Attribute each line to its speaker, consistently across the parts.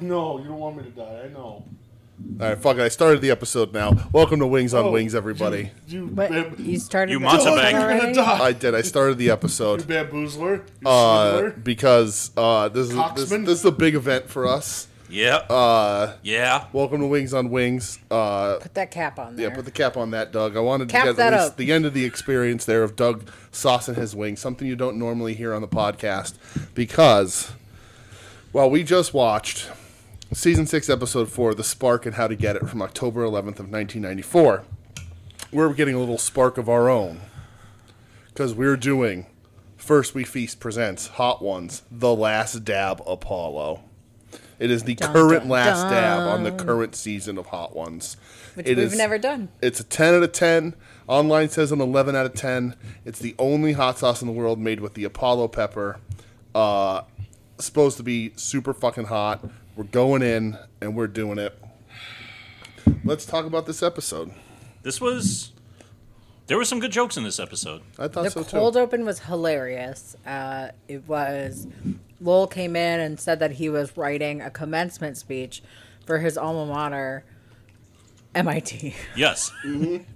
Speaker 1: know. You don't want me to die. I know.
Speaker 2: All right, fuck it. I started the episode now. Welcome to Wings on
Speaker 1: Oh,
Speaker 2: Wings, everybody.
Speaker 1: You, you
Speaker 3: But
Speaker 1: bam-
Speaker 3: you started.
Speaker 4: You
Speaker 3: the
Speaker 4: monster
Speaker 3: episode
Speaker 4: bag.
Speaker 1: I'm gonna
Speaker 3: already?
Speaker 1: die.
Speaker 2: I did. I started the
Speaker 1: You
Speaker 2: episode
Speaker 1: bamboozler. You
Speaker 2: uh,
Speaker 1: swindler.
Speaker 2: because uh, this is this,
Speaker 1: Coxman?
Speaker 2: this is a big event for us.
Speaker 4: Yeah.
Speaker 2: Uh,
Speaker 4: yeah.
Speaker 2: welcome to Wings on Wings. Uh,
Speaker 3: Put that cap on there.
Speaker 2: yeah, put the cap on that, Doug. I wanted
Speaker 3: Cap
Speaker 2: to get
Speaker 3: that
Speaker 2: at least
Speaker 3: up.
Speaker 2: the end of the experience there of Doug saucing his wings, something you don't normally hear on the podcast, because well, we just watched season six, episode four, "The Spark and How to Get It" from October 11th of 1994. We're getting a little spark of our own because we're doing first we feast presents hot ones, the last dab Apollo. It is the current
Speaker 3: dun,
Speaker 2: last dab on the current season of Hot Ones.
Speaker 3: which
Speaker 2: It
Speaker 3: we've
Speaker 2: is-
Speaker 3: never done.
Speaker 2: it's a 10 out of 10. Online says an 11 out of 10. It's the only hot sauce in the world made with the Apollo pepper. Uh, supposed to be super fucking hot. We're going in and we're doing it. Let's talk about this episode.
Speaker 4: This was. There were some good jokes in this episode.
Speaker 2: I thought
Speaker 3: The
Speaker 2: so
Speaker 3: cold
Speaker 2: too.
Speaker 3: open was hilarious. Uh, it was. Lowell came in and said that he was writing a commencement speech for his alma mater, MIT.
Speaker 4: Yes.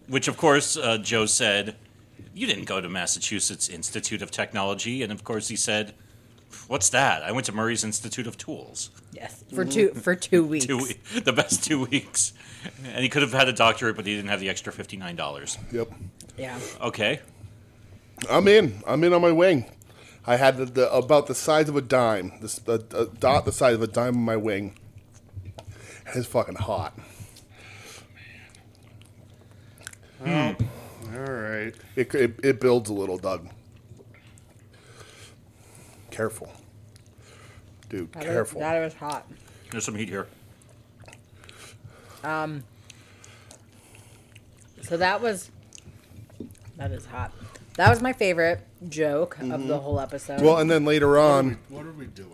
Speaker 4: Which, of course, uh, Joe said, You didn't go to Massachusetts Institute of Technology. And, of course, he said, What's that? I went to Murray's Institute of Tools.
Speaker 3: Yes, for two
Speaker 2: Mm.
Speaker 3: for two weeks.
Speaker 4: Two, we- the best two weeks. And he could have had a doctorate, but he didn't have the extra $59.
Speaker 2: Yep.
Speaker 3: Yeah,
Speaker 4: Okay.
Speaker 2: I'm in. I'm in on my wing. I had the, the about the size of a dime, this a, a dot the size of a dime on my wing. And it's fucking hot.
Speaker 1: All right.
Speaker 2: It, it, it builds a little, Doug. Careful. Dude,
Speaker 3: that was,
Speaker 2: careful.
Speaker 3: that was hot.
Speaker 4: There's some heat here.
Speaker 3: So that was that is hot. That was my favorite joke of the whole episode.
Speaker 2: Mm-hmm. well, and then later on,
Speaker 1: What are we doing?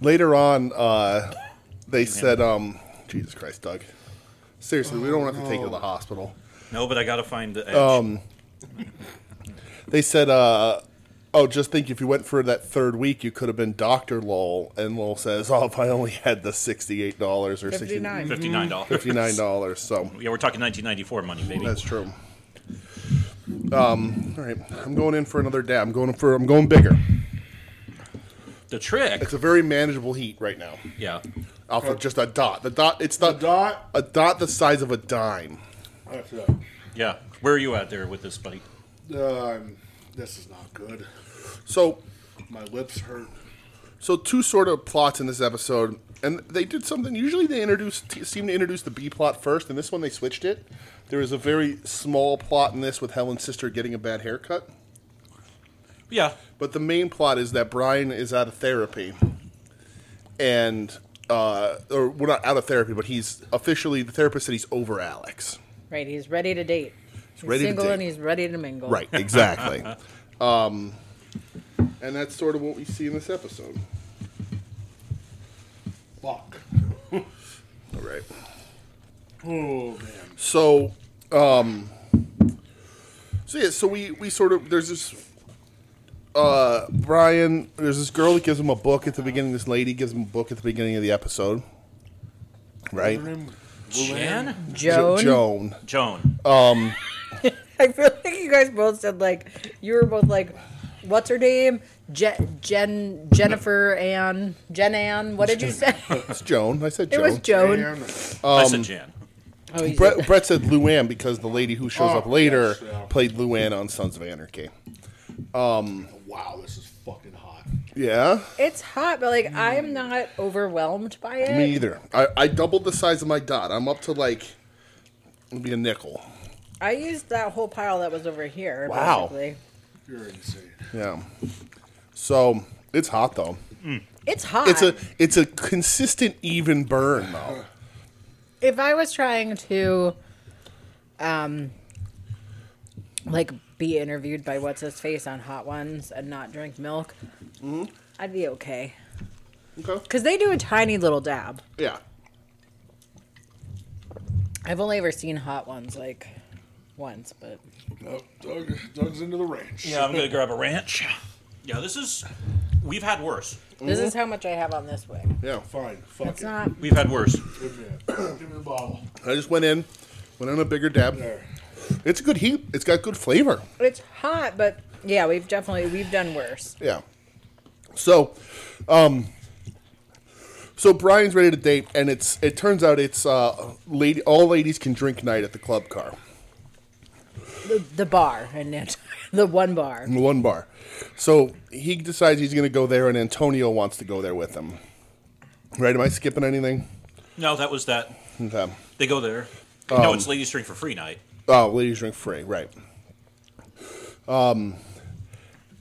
Speaker 2: later on, uh, they said, um, Jesus Christ, Doug. Seriously, we don't have to take you to the hospital.
Speaker 4: No, but I got to find the edge.
Speaker 2: They said, uh, oh, just think if you went for that third week, you could have been Dr. Lowell. And Lowell says, oh, if I only had the $68 or
Speaker 3: 59.
Speaker 2: $69.
Speaker 4: $59.
Speaker 2: $59, so.
Speaker 4: Yeah, we're talking 1994 money, baby.
Speaker 2: That's true. Um, all right, I'm going in for another dab. I'm going for. I'm going bigger.
Speaker 4: The trick.
Speaker 2: It's a very manageable heat right now.
Speaker 4: Yeah.
Speaker 2: Off of just a dot. The dot. It's
Speaker 1: The
Speaker 2: not
Speaker 1: dot.
Speaker 2: a dot the size of a dime.
Speaker 1: That's it.
Speaker 4: Yeah. Where are you at there with this, buddy?
Speaker 1: Um, this is not good.
Speaker 2: So,
Speaker 1: My lips hurt.
Speaker 2: so two sort of plots in this episode, and they did something. Usually, they introduce t- seem to introduce the B plot first, and this one they switched it. There is a very small plot in this with Helen's sister getting a bad haircut.
Speaker 4: Yeah.
Speaker 2: But the main plot is that Brian is out of therapy, and uh, or we're not out of therapy, but he's officially the therapist said he's over Alex.
Speaker 3: right, he's ready to date. He's
Speaker 2: ready to
Speaker 3: single
Speaker 2: date.
Speaker 3: and he's ready to mingle.
Speaker 2: Right, exactly. um, and that's sort of what we see in this episode.
Speaker 1: Fuck.
Speaker 2: All right.
Speaker 1: Oh man.
Speaker 2: So, um, so yeah, so we we sort of there's this. Uh, Brian, there's this girl that gives him a book at the beginning. This lady gives him a book at the beginning of the episode, right?
Speaker 1: Her name-
Speaker 4: Jan?
Speaker 3: Joan.
Speaker 2: Jo- Joan.
Speaker 4: Joan.
Speaker 3: I feel like you guys both said like you were both like, what's her name? Jen, Jen Jennifer Ann Jen Ann. What did you say?
Speaker 2: It's Joan. I said
Speaker 3: it
Speaker 2: Joan.
Speaker 3: was Joan.
Speaker 1: Anna.
Speaker 4: I said Jan.
Speaker 3: Oh, he's
Speaker 2: Brett, Brett said Luann because the lady who shows
Speaker 1: Oh,
Speaker 2: up later
Speaker 1: yes, yeah.
Speaker 2: played Luann on Sons of Anarchy.
Speaker 1: Wow, this is fucking hot.
Speaker 2: Yeah,
Speaker 3: It's hot, but like I'm not overwhelmed by it.
Speaker 2: Mm. me either. I, I doubled the size of my dot. I'm up to like, it'll be a nickel.
Speaker 3: I used that whole pile that was over here.
Speaker 2: Wow.
Speaker 3: Basically.
Speaker 1: You're insane.
Speaker 2: Yeah. So it's hot though.
Speaker 3: It's hot.
Speaker 2: It's a it's a consistent even burn though.
Speaker 3: if I was trying to, um, like be interviewed by what's his face on Hot Ones and not drink milk, I'd be okay.
Speaker 2: Okay.
Speaker 3: Cause they do a tiny little dab.
Speaker 2: Yeah.
Speaker 3: I've only ever seen Hot Ones like once, but
Speaker 1: Oh, Doug, Doug's into the ranch.
Speaker 4: Yeah, I'm gonna grab a ranch. Yeah, this is We've had worse.
Speaker 3: This is how much I have on this wing.
Speaker 2: Yeah.
Speaker 1: Fine. Fuck
Speaker 3: It's
Speaker 1: it.
Speaker 3: not.
Speaker 4: We've had worse.
Speaker 1: Good man. Give me the bottle.
Speaker 2: I just went in, went in a bigger dab.
Speaker 1: There.
Speaker 2: It's a good heat. It's got good flavor.
Speaker 3: It's hot, but yeah, we've definitely we've done worse.
Speaker 2: Yeah. So, um, so Brian's ready to date, and it's it turns out it's uh, lady all ladies can drink night at the club car,
Speaker 3: The, the bar and it, the one bar.
Speaker 2: in one bar. So he decides he's going to go there, and Antonio wants to go there with him. Right? Am I skipping anything?
Speaker 4: No, that was that.
Speaker 2: Okay.
Speaker 4: They go there. no, it's ladies drink for free night.
Speaker 2: Oh, ladies drink free, right? Um,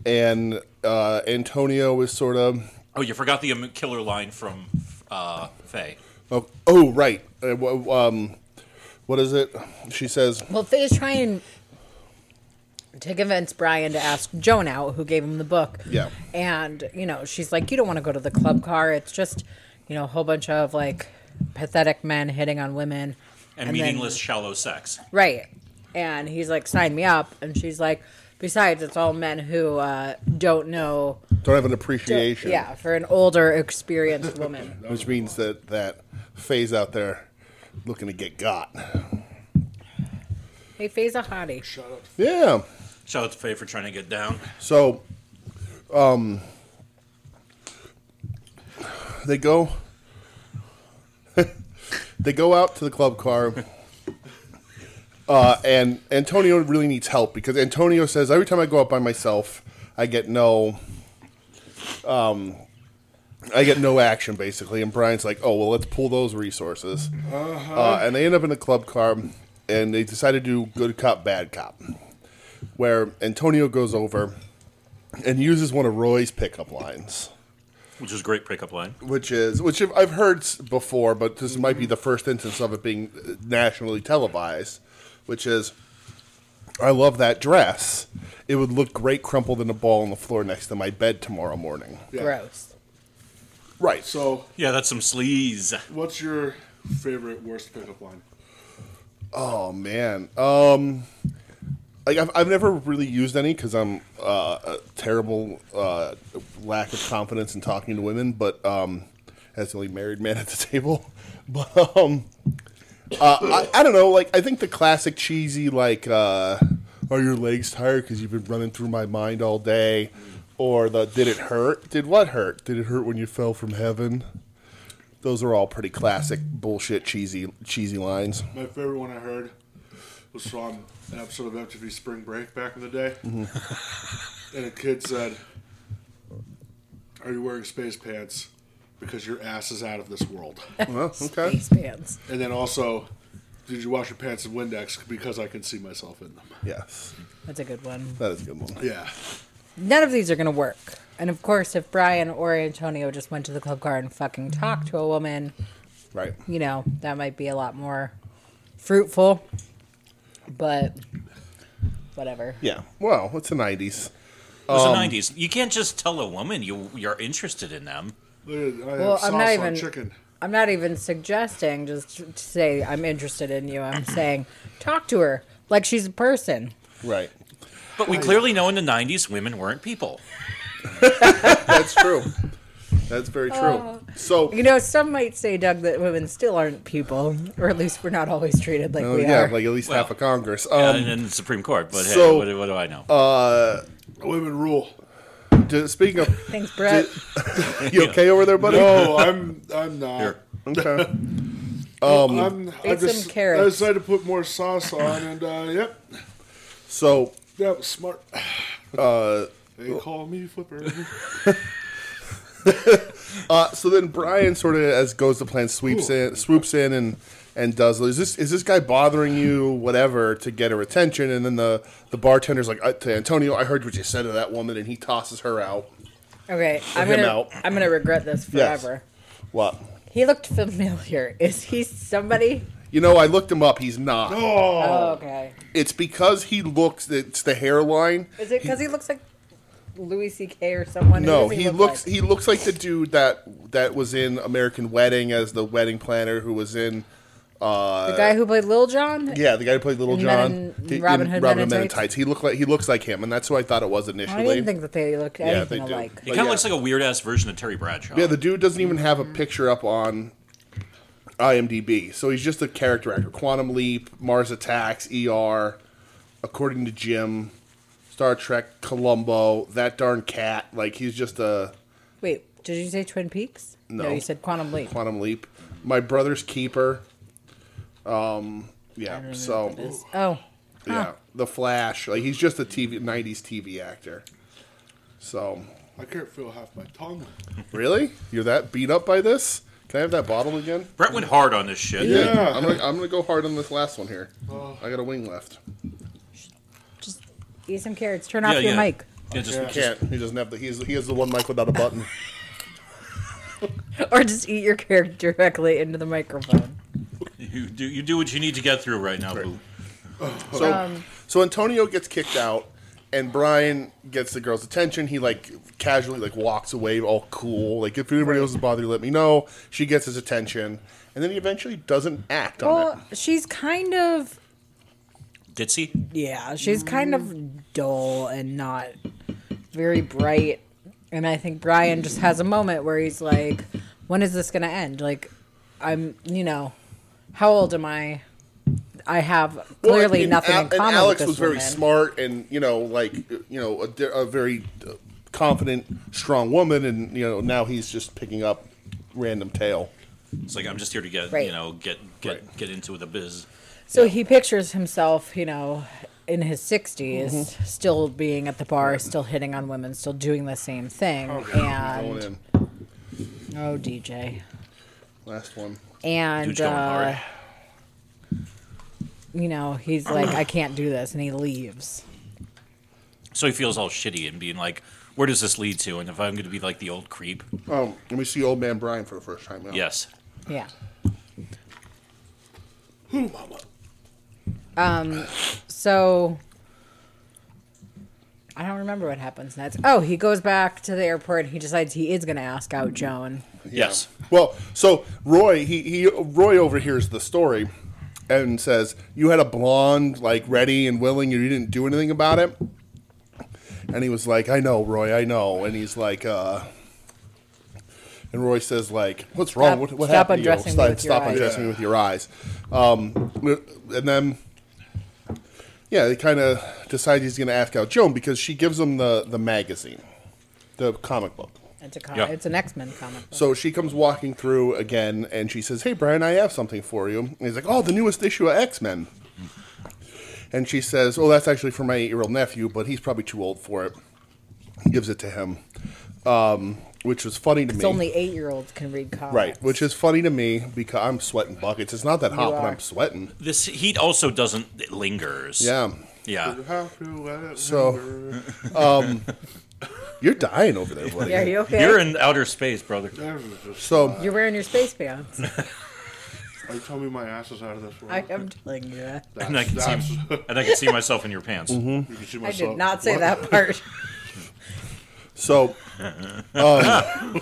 Speaker 2: and uh, Antonio is sort of
Speaker 4: Oh, you forgot the um, killer line from uh, Faye.
Speaker 2: oh, oh right. Uh, wh- um, what is it? She says.
Speaker 3: Well, Faye's trying to convince Brian to ask Joan out, who gave him the book.
Speaker 2: Yeah.
Speaker 3: And, you know, she's like, you don't want to go to the club car. It's just, you know, a whole bunch of like pathetic men hitting on women.
Speaker 4: And,
Speaker 3: then-
Speaker 4: meaningless shallow sex.
Speaker 3: right. And he's like, sign me up. And she's like, besides, it's all men who uh, don't know.
Speaker 2: don't have an appreciation.
Speaker 3: Yeah, for an older, experienced woman.
Speaker 2: Which means that that Faye's out there looking to get got.
Speaker 3: hey, Faye's a hottie.
Speaker 1: Shut up.
Speaker 2: Yeah.
Speaker 4: Shout out to Faye for trying to get down.
Speaker 2: So, um, they go. they go out to the club car. Uh, and Antonio really needs help because Antonio says every time I go out by myself, I get no, um, I get no action basically. And Brian's like, "Oh well, let's pull those resources." uh and they end up in a club car, and they decide to do good cop, bad cop, where Antonio goes over and uses one of Roy's pickup lines,
Speaker 4: Which is a great pickup line.
Speaker 2: which is which I've- I've heard s- before, but this might be the first instance of it being uh, nationally televised, which is, "I love that dress. It would look great crumpled in a ball on the floor next to my bed tomorrow morning."
Speaker 1: Yeah.
Speaker 3: Gross.
Speaker 2: Right. So
Speaker 1: So,
Speaker 4: Yeah, that's some sleaze.
Speaker 1: what's your favorite worst pickup line?
Speaker 2: oh man, um, like I've I've never really used any because I'm uh, a terrible uh, lack of confidence in talking to women, but um, as the only married man at the table, but um. uh, I, I don't know. Like, I think the classic cheesy, like, uh, are your legs tired because you've been running through my mind all day? Or the did it hurt? Did what hurt? Did it hurt when you fell from heaven? Those are all pretty classic bullshit cheesy cheesy lines.
Speaker 1: My favorite one I heard was from an episode of MTV Spring Break back in the day. and a kid said, Are you wearing space pants? Because your ass is out of this world.
Speaker 2: Well, okay.
Speaker 3: Space pants.
Speaker 1: and then also, Did you wash your pants in Windex? Because I can see myself in them.
Speaker 2: Yes,
Speaker 3: That's a good one.
Speaker 2: that is a good one.
Speaker 1: Yeah.
Speaker 3: none of these are going to work. And of course, if Brian or Antonio just went to the club car and fucking talked to a woman,
Speaker 2: Right.
Speaker 3: you know, that might be a lot more fruitful. But whatever.
Speaker 2: Yeah. Well, it's the nineties.
Speaker 4: It was the 90s. You can't just tell a woman you, you're interested in them.
Speaker 1: Look at- I have
Speaker 3: Well,
Speaker 1: sauce
Speaker 3: I'm not
Speaker 1: on
Speaker 3: even-
Speaker 1: chicken.
Speaker 3: I'm not even suggesting just to say I'm interested in you. I'm saying talk to her like she's a person.
Speaker 2: Right.
Speaker 4: But we clearly know in the 90s women weren't people.
Speaker 2: That's true. That's very true.
Speaker 3: Oh.
Speaker 2: so
Speaker 3: You know, some might say, Doug, that women still aren't people, or at least we're not always treated like
Speaker 2: uh,
Speaker 3: we
Speaker 2: yeah,
Speaker 3: are.
Speaker 2: like at least half
Speaker 4: Well,
Speaker 2: of Congress.
Speaker 4: And
Speaker 2: Um,
Speaker 4: in the Supreme Court. But
Speaker 2: so- uh,
Speaker 4: hey, what, what do I know?
Speaker 1: Women rule.
Speaker 2: d- speaking of,
Speaker 3: Thanks, Brett.
Speaker 2: you okay over there,
Speaker 3: Oh.
Speaker 2: buddy?
Speaker 1: No, I'm I'm not. Um,
Speaker 4: Here.
Speaker 2: Okay.
Speaker 1: I'm, I
Speaker 3: Eat some
Speaker 1: just, I
Speaker 3: carrots.
Speaker 1: decided to put more sauce on, and uh, yep,
Speaker 2: So
Speaker 1: that was smart. they call me flipper.
Speaker 2: Uh, so then Brian sort of as goes the plan sweeps in swoops in and and does is this is this guy bothering you whatever to get her attention and then the the bartender's like uh, to Antonio I heard what you said to that woman and he tosses her out
Speaker 3: Okay, I'm
Speaker 2: him
Speaker 3: gonna
Speaker 2: out.
Speaker 3: I'm gonna regret this
Speaker 2: Yes.
Speaker 3: forever.
Speaker 2: what
Speaker 3: He looked familiar. Is he somebody?
Speaker 2: you know I looked him up he's not
Speaker 1: oh,
Speaker 3: Oh, okay.
Speaker 2: it's because he looks it's the hairline
Speaker 3: Is it because he, looks like Louis C.K. or someone? Who
Speaker 2: no
Speaker 3: does
Speaker 2: he,
Speaker 3: look
Speaker 2: looks
Speaker 3: like?
Speaker 2: he looks like the dude that that was in American Wedding as the wedding planner who was in
Speaker 3: The guy who played Lil John.
Speaker 2: Yeah, the guy who played Little
Speaker 3: In
Speaker 2: John,
Speaker 3: Men in-
Speaker 2: he-
Speaker 3: Robin
Speaker 2: in
Speaker 3: Hood, Men in
Speaker 2: Men in
Speaker 3: Tights.
Speaker 2: Tights. He looked like he looks like him, and that's who I thought it was
Speaker 3: I
Speaker 2: initially.
Speaker 3: didn't think that they looked
Speaker 2: Yeah,
Speaker 3: anything
Speaker 2: they do.
Speaker 3: alike.
Speaker 4: He kind of
Speaker 2: yeah.
Speaker 4: looks like a weird ass version of Terry Bradshaw.
Speaker 2: yeah, the dude doesn't even have a picture up on IMDb, so he's just a character actor. Quantum Leap, Mars Attacks, ER, according to Jim, Star Trek, Columbo, that darn cat. Like he's just a
Speaker 3: Wait, did you say Twin Peaks? No,
Speaker 2: No.
Speaker 3: you said Quantum Leap.
Speaker 2: Quantum Leap. My brother's keeper. Um,
Speaker 3: I don't
Speaker 2: yeah.
Speaker 3: know
Speaker 2: So
Speaker 3: what that is. oh,
Speaker 2: yeah, The Flash. Like he's just a TV '90s TV actor. So
Speaker 1: I can't feel half my tongue.
Speaker 2: Really? You're that beat up by this? Can I have that bottle again?
Speaker 4: Brett went hard on this shit.
Speaker 1: Yeah.
Speaker 2: I'm gonna, I'm gonna go hard on this last one here. I got a wing left.
Speaker 3: just eat some carrots. Turn
Speaker 4: Yeah,
Speaker 3: off your
Speaker 4: yeah.
Speaker 3: mic,
Speaker 4: Yeah, just,
Speaker 1: Yeah.
Speaker 2: Can't. He doesn't have the. He's he has the one mic without a button.
Speaker 3: or just eat your carrot directly into the microphone.
Speaker 4: you do you do what you need to get through right now, boo.
Speaker 2: So so Antonio gets kicked out, and Brian gets the girl's attention. He like casually like walks away, all cool. Like if anybody else is bothered, let me know. She gets his attention, and then he eventually doesn't act on
Speaker 3: Well, she's kind of
Speaker 4: Ditzy.
Speaker 3: yeah, she's kind of dull and not very bright. And I think Brian just has a moment where he's like, "When is this gonna end? Like, I'm you know, how old am I? I have
Speaker 2: Well, I
Speaker 3: clearly
Speaker 2: mean,
Speaker 3: nothing
Speaker 2: Al-
Speaker 3: in common."
Speaker 2: And Alex
Speaker 3: with this
Speaker 2: was very
Speaker 3: woman.
Speaker 2: smart, and you know, like you know, a, di- a very uh, confident, strong woman, and you know, now he's just picking up random tail.
Speaker 4: It's like I'm just here to get
Speaker 3: Right.
Speaker 4: you know get get
Speaker 2: Right.
Speaker 4: get into the biz.
Speaker 3: So he pictures himself, you know, in his 60s,
Speaker 2: Mm-hmm.
Speaker 3: still being at the bar, still hitting on women, still doing the same thing.
Speaker 2: Going
Speaker 3: and
Speaker 2: in.
Speaker 3: oh, DJ.
Speaker 2: Last one.
Speaker 3: And
Speaker 4: Dude's going
Speaker 3: uh,
Speaker 4: hard.
Speaker 3: you know, he's like I can't do this and he leaves.
Speaker 4: So he feels all shitty and being like, where does this lead to? And if I'm going to be like the old creep,
Speaker 2: Um, let me see old man Brian for the first time. Now.
Speaker 4: yes.
Speaker 3: Yeah.
Speaker 2: Hmm,
Speaker 1: Ooh, mama.
Speaker 3: Um, So I don't remember what happens next. Oh, he goes back to the airport. He decides he is going to ask out Joan.
Speaker 4: Yes.
Speaker 2: Well, so Roy, he, he Roy overhears the story and says, "You had a blonde like ready and willing, and you didn't do anything about it." And he was like, "I know, Roy, I know." And he's like, uh, and Roy says, "Like, what's wrong?
Speaker 3: Stop-
Speaker 2: what what
Speaker 3: stop
Speaker 2: happened? to you?
Speaker 3: undressing me
Speaker 2: Stop-
Speaker 3: with your
Speaker 2: stop
Speaker 3: eyes."
Speaker 2: undressing me with your eyes." Um, and then yeah, they kind of decide he's going to ask out Joan because she gives him the the magazine, the comic book.
Speaker 3: It's a com-
Speaker 4: Yeah.
Speaker 3: it's an X-Men comic. Book.
Speaker 2: So she comes walking through again and she says, Hey, Brian, I have something for you. And he's like, Oh, the newest issue of X Men. And she says, Oh, that's actually for my eight year old nephew, but he's probably too old for it. Gives it to him, um, which was funny to
Speaker 3: It's
Speaker 2: me.
Speaker 3: only 8-year-olds can read comics.
Speaker 2: right, which is funny to me because I'm sweating buckets. It's not that hot, but
Speaker 3: are.
Speaker 2: I'm sweating.
Speaker 4: This heat also doesn't it lingers.
Speaker 2: Yeah.
Speaker 4: Yeah.
Speaker 1: You have to let it
Speaker 2: So-
Speaker 1: linger.
Speaker 2: You're dying over there, buddy.
Speaker 3: Yeah, are you okay?
Speaker 4: You're in outer space, brother.
Speaker 1: That was just-
Speaker 2: So,
Speaker 3: You're wearing your space pants.
Speaker 1: Are you telling me my ass is out of this world?
Speaker 3: I am telling you that.
Speaker 1: That's-
Speaker 4: And I can
Speaker 1: that's-
Speaker 4: see and I can see myself in your pants.
Speaker 2: Mm-hmm.
Speaker 1: you can see
Speaker 3: I
Speaker 1: myself.
Speaker 3: did not say that part.
Speaker 2: so, um,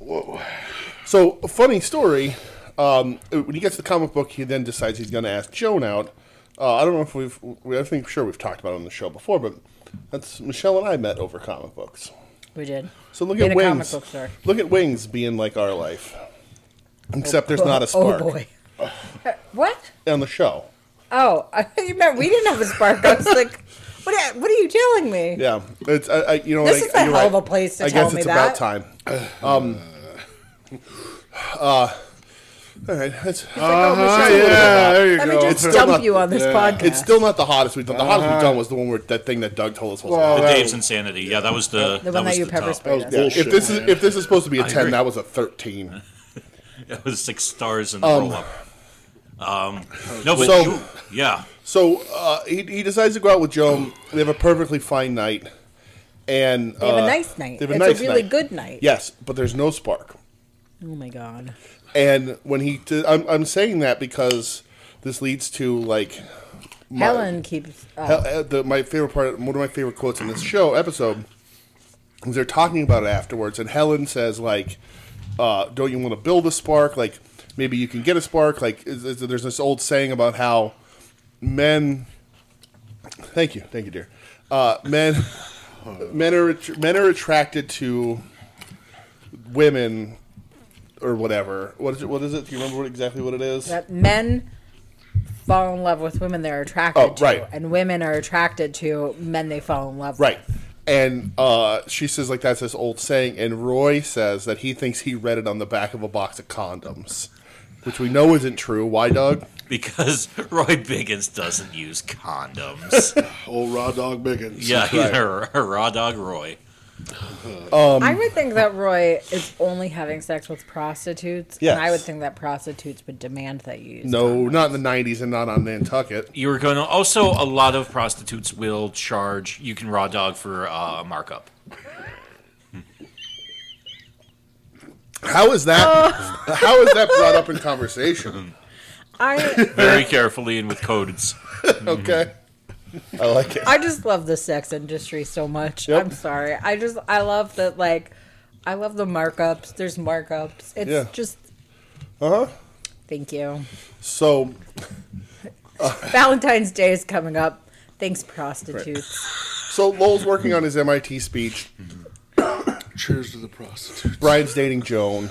Speaker 2: whoa. so funny story. Um, when he gets the comic book, he then decides he's going to ask Joan out. Uh, I don't know if we've, we, I think sure we've talked about it on the show before, but that's Michelle and I met over comic books.
Speaker 3: We did.
Speaker 2: So look
Speaker 3: In
Speaker 2: at
Speaker 3: a
Speaker 2: wings.
Speaker 3: comic book store.
Speaker 2: Look at wings being like our life, except there's not a
Speaker 3: Oh
Speaker 2: spark
Speaker 3: boy. Uh, what?
Speaker 2: on the show.
Speaker 3: Oh, I thought you meant we didn't have a spark. I was like, what? What are you telling me?
Speaker 2: Yeah, it's I, I, you know
Speaker 3: This
Speaker 2: I-
Speaker 3: is a
Speaker 2: you're
Speaker 3: hell of
Speaker 2: right.
Speaker 3: a place to
Speaker 2: I
Speaker 3: tell
Speaker 2: guess
Speaker 3: me
Speaker 2: it's about
Speaker 3: that.
Speaker 2: time. Um, uh, all right, that's- Uh-huh,
Speaker 1: Ah, yeah, there you
Speaker 3: oh, Let
Speaker 1: go.
Speaker 3: me just
Speaker 2: Still
Speaker 3: dump
Speaker 2: not-
Speaker 3: you on this
Speaker 1: yeah.
Speaker 3: podcast.
Speaker 2: it's still not the hottest we've done. The hottest we've done was the one where that thing that Doug told us was.
Speaker 1: Uh-huh. Well,
Speaker 4: The
Speaker 1: Oh, that
Speaker 4: Dave's
Speaker 1: was-
Speaker 4: insanity. Yeah, that was the
Speaker 3: the one that,
Speaker 4: was
Speaker 3: you
Speaker 4: the
Speaker 3: pepper
Speaker 4: top.
Speaker 3: sprayed
Speaker 1: That
Speaker 3: us.
Speaker 1: was
Speaker 3: with.
Speaker 1: bullshit.
Speaker 2: if this is if this is supposed to be a ten,
Speaker 4: agree.
Speaker 2: that was a thirteen.
Speaker 4: That was six stars in the roll up. Um, no, but
Speaker 2: So-
Speaker 4: you, yeah,
Speaker 2: So uh, he he decides to go out with Joan. They have a perfectly fine night, and
Speaker 3: They have
Speaker 2: uh,
Speaker 3: a nice night.
Speaker 2: They have a nice
Speaker 3: it's a really
Speaker 2: night.
Speaker 3: good night.
Speaker 2: Yes, but there's no spark.
Speaker 3: Oh my god.
Speaker 2: And when he, t- I'm I'm saying that because this leads to like my-
Speaker 3: Helen keeps. Uh,
Speaker 2: Hel- uh, the, my favorite part, one of my favorite quotes in this show episode, is they're talking about it afterwards, and Helen says like, uh, "Don't you want to build a spark? Like, maybe you can get a spark. Like is, is- there's this old saying about how men. Thank you, thank you, dear. Uh, men, men are att- men are attracted to women or whatever. What is it? What is it? Do you remember what, exactly what it is?
Speaker 3: that men fall in love with women they're attracted
Speaker 2: Oh, right.
Speaker 3: to, and women are attracted to men they fall in love
Speaker 2: Right.
Speaker 3: with.
Speaker 2: And uh, she says, like, that's this old saying. And Roy says that he thinks he read it on the back of a box of condoms, which we know isn't true. Why, Doug?
Speaker 4: because Roy Biggins doesn't use condoms.
Speaker 1: Old raw dog Biggins.
Speaker 4: yeah, he's
Speaker 2: right.
Speaker 4: a, a raw dog Roy.
Speaker 2: Um,
Speaker 3: I would think that Roy is only having sex with prostitutes, and I
Speaker 2: Yes.
Speaker 3: would think that prostitutes would demand that you use.
Speaker 2: No, not in the 90s and not on Nantucket.
Speaker 4: You were going to also a lot of prostitutes will charge. You can raw dog for uh, a markup.
Speaker 2: How is that? How is that brought up in conversation?
Speaker 3: I
Speaker 4: Very carefully and with codes.
Speaker 2: Okay. I like it.
Speaker 3: I just love the sex industry so much.
Speaker 2: Yep.
Speaker 3: I'm sorry. I just I love that like I love the markups. There's markups. It's
Speaker 2: Yeah.
Speaker 3: just
Speaker 2: Uh huh.
Speaker 3: thank you.
Speaker 2: So,
Speaker 3: Valentine's Day is coming up. Thanks, prostitutes.
Speaker 2: so Lowell's working on his MIT speech.
Speaker 1: Cheers to the prostitute.
Speaker 2: Brian's dating Joan.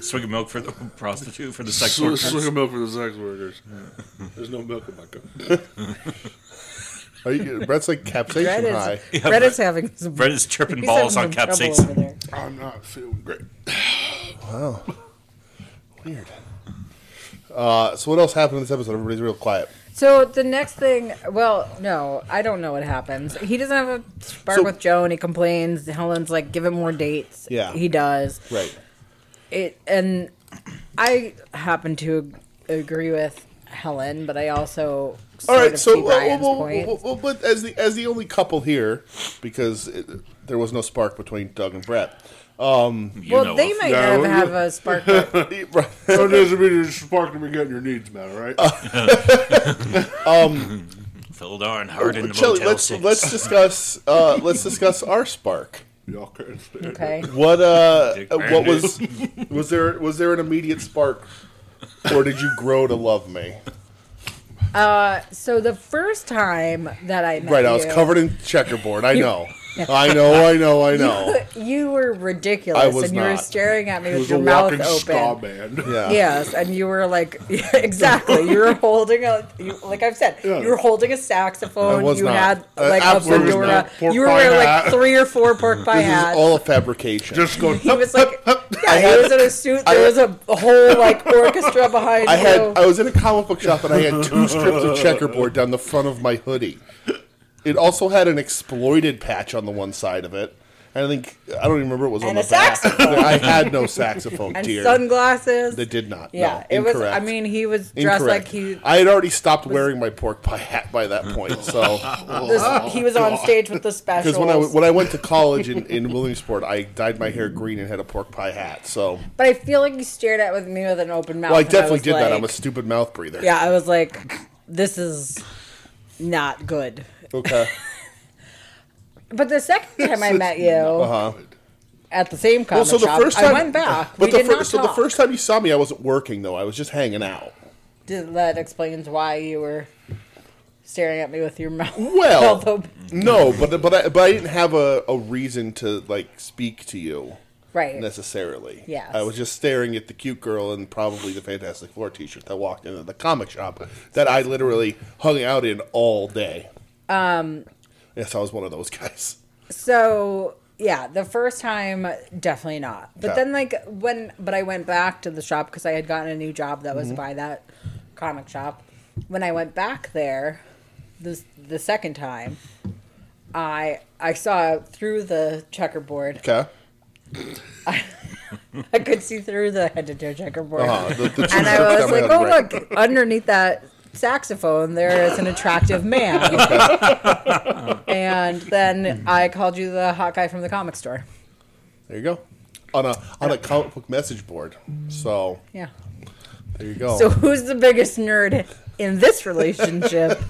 Speaker 4: Swig of milk for the prostitute for the sex
Speaker 1: Swig
Speaker 4: worker.
Speaker 1: swig of milk for the sex workers. There's no milk in my cup.
Speaker 2: Are you, Brett's like
Speaker 3: Brett
Speaker 2: capsation high.
Speaker 3: is, Brett is having some
Speaker 4: Fred is tripping
Speaker 3: he's
Speaker 4: balls on
Speaker 3: having some trouble over
Speaker 4: capsaicin.
Speaker 3: there.
Speaker 1: I'm not feeling great.
Speaker 2: Weird. Uh, so what else happened in this episode? Everybody's real quiet.
Speaker 3: So the next thing, well, no, I don't know what happens. He doesn't have a spark
Speaker 2: So-
Speaker 3: with Joan. He complains. Helen's like, give him more dates.
Speaker 2: Yeah.
Speaker 3: he does.
Speaker 2: Right.
Speaker 3: it and I happen to agree with Helen, but I also
Speaker 2: All
Speaker 3: sort
Speaker 2: right,
Speaker 3: of
Speaker 2: so uh,
Speaker 3: see Brian's
Speaker 2: well, well,
Speaker 3: point.
Speaker 2: well, well, but as the as the only couple here, because it, there was no spark between Doug and Brett.
Speaker 4: You
Speaker 3: Well,
Speaker 4: know
Speaker 3: they
Speaker 4: of.
Speaker 3: might
Speaker 1: No,
Speaker 3: have,
Speaker 1: you-
Speaker 3: have a spark. but
Speaker 1: So it doesn't mean you're sparking me getting your needs met, all right?
Speaker 4: Phil Darnhart in the
Speaker 2: Shelly,
Speaker 4: Motel
Speaker 2: let's
Speaker 4: 6.
Speaker 2: let's discuss uh, let's discuss our spark.
Speaker 1: Y'all can't stand it.
Speaker 3: Okay,
Speaker 2: What uh
Speaker 4: Dick
Speaker 2: what was was there was there an immediate spark, or did you grow to love me?
Speaker 3: so the first time that I met
Speaker 2: Right, I was
Speaker 3: you,
Speaker 2: covered in checkerboard. I know, I know, I know, I know.
Speaker 3: You were ridiculous,
Speaker 2: I was
Speaker 3: and you were
Speaker 2: not.
Speaker 3: staring at me
Speaker 1: It
Speaker 3: with
Speaker 1: was a
Speaker 3: your mouth
Speaker 1: walking
Speaker 3: open.
Speaker 1: straw man.
Speaker 2: Yeah,
Speaker 3: Yes, and you were like, yeah, exactly. You were holding a, you, like I've said,
Speaker 1: Yeah.
Speaker 3: you were holding a saxophone.
Speaker 2: I was
Speaker 3: you
Speaker 2: not.
Speaker 3: had
Speaker 2: I
Speaker 3: like a
Speaker 2: absolutely was
Speaker 3: fedora.
Speaker 2: not.
Speaker 1: Pork
Speaker 3: You were
Speaker 1: pie
Speaker 3: wearing like
Speaker 1: hat.
Speaker 3: three or four pork pie
Speaker 2: this
Speaker 3: hats.
Speaker 2: is all a fabrication.
Speaker 1: Just go.
Speaker 3: He was like, yeah,
Speaker 2: had-
Speaker 3: he was in a suit.
Speaker 2: I-
Speaker 3: There was a whole like orchestra behind
Speaker 2: I had
Speaker 3: you.
Speaker 2: I was in a comic book shop and I had two strips of checkerboard down the front of my hoodie. It also had an exploited patch on the one side of it. And I think I don't even remember what was on
Speaker 3: And
Speaker 2: the
Speaker 3: a saxophone.
Speaker 2: back. I had no saxophone,
Speaker 3: and
Speaker 2: dear.
Speaker 3: sunglasses.
Speaker 2: They did not.
Speaker 3: yeah,
Speaker 2: no,
Speaker 3: it was. I
Speaker 2: incorrect.
Speaker 3: mean, he was dressed
Speaker 2: incorrect.
Speaker 3: like he.
Speaker 2: I had already stopped wearing my pork pie hat by that point. So
Speaker 3: This, he was on stage with the specials.
Speaker 2: because oh, when I when I went to college in, in Williamsport, I dyed my hair green and had a pork pie hat. So
Speaker 3: but I feel like you stared at with me with an open mouth.
Speaker 2: well, I
Speaker 3: and
Speaker 2: definitely
Speaker 3: was
Speaker 2: did that. I'm a
Speaker 3: like-
Speaker 2: stupid mouth breather.
Speaker 3: yeah, I was like, this is not good.
Speaker 2: Okay.
Speaker 3: But the second time I met you at the same comic
Speaker 2: so the
Speaker 3: shop,
Speaker 2: first
Speaker 3: I
Speaker 2: time-
Speaker 3: went back.
Speaker 2: But
Speaker 3: we
Speaker 2: the
Speaker 3: did
Speaker 2: fir-
Speaker 3: not
Speaker 2: so the
Speaker 3: talk.
Speaker 2: first time you saw me, I wasn't working though. I was just hanging out.
Speaker 3: Did- that explains why you were staring at me with your mouth.
Speaker 2: Well,
Speaker 3: mouth open.
Speaker 2: no, but but I, but I didn't have a, a reason to like speak to you
Speaker 3: right.
Speaker 2: necessarily.
Speaker 3: Yes.
Speaker 2: I was just staring at the cute girl in probably the Fantastic Four T-shirt that walked into the comic shop that I literally hung out in all day. Um. Yes, I was one of those guys.
Speaker 3: So yeah, the first time definitely not. But
Speaker 2: Okay.
Speaker 3: then like when but I went back to the shop because I had gotten a new job that was by that comic shop. When I went back there, the the second time, I I saw through the checkerboard.
Speaker 2: Okay.
Speaker 3: I could see through the head to toe checkerboard,
Speaker 2: Uh, the, the
Speaker 3: and
Speaker 2: two-step
Speaker 3: I was
Speaker 2: step
Speaker 3: like,
Speaker 2: had
Speaker 3: oh
Speaker 2: right.
Speaker 3: look, underneath that saxophone there is an attractive man. and then I called you the hot guy from the comic store.
Speaker 2: There you go. On a on a comic book message board. So
Speaker 3: Yeah.
Speaker 2: there you go.
Speaker 3: So who's the biggest nerd in this relationship?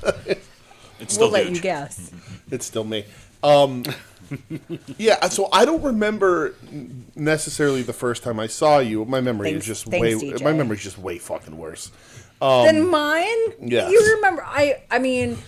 Speaker 4: It's still
Speaker 3: We'll let
Speaker 4: huge.
Speaker 3: you guess.
Speaker 2: It's still me. Um, yeah, so I don't remember necessarily the first time I saw you. My memory
Speaker 3: Thanks-
Speaker 2: is just
Speaker 3: thanks,
Speaker 2: way.
Speaker 3: DJ.
Speaker 2: My memory's just way fucking worse.
Speaker 3: then mine?
Speaker 2: Um, yes.
Speaker 3: You remember I I mean,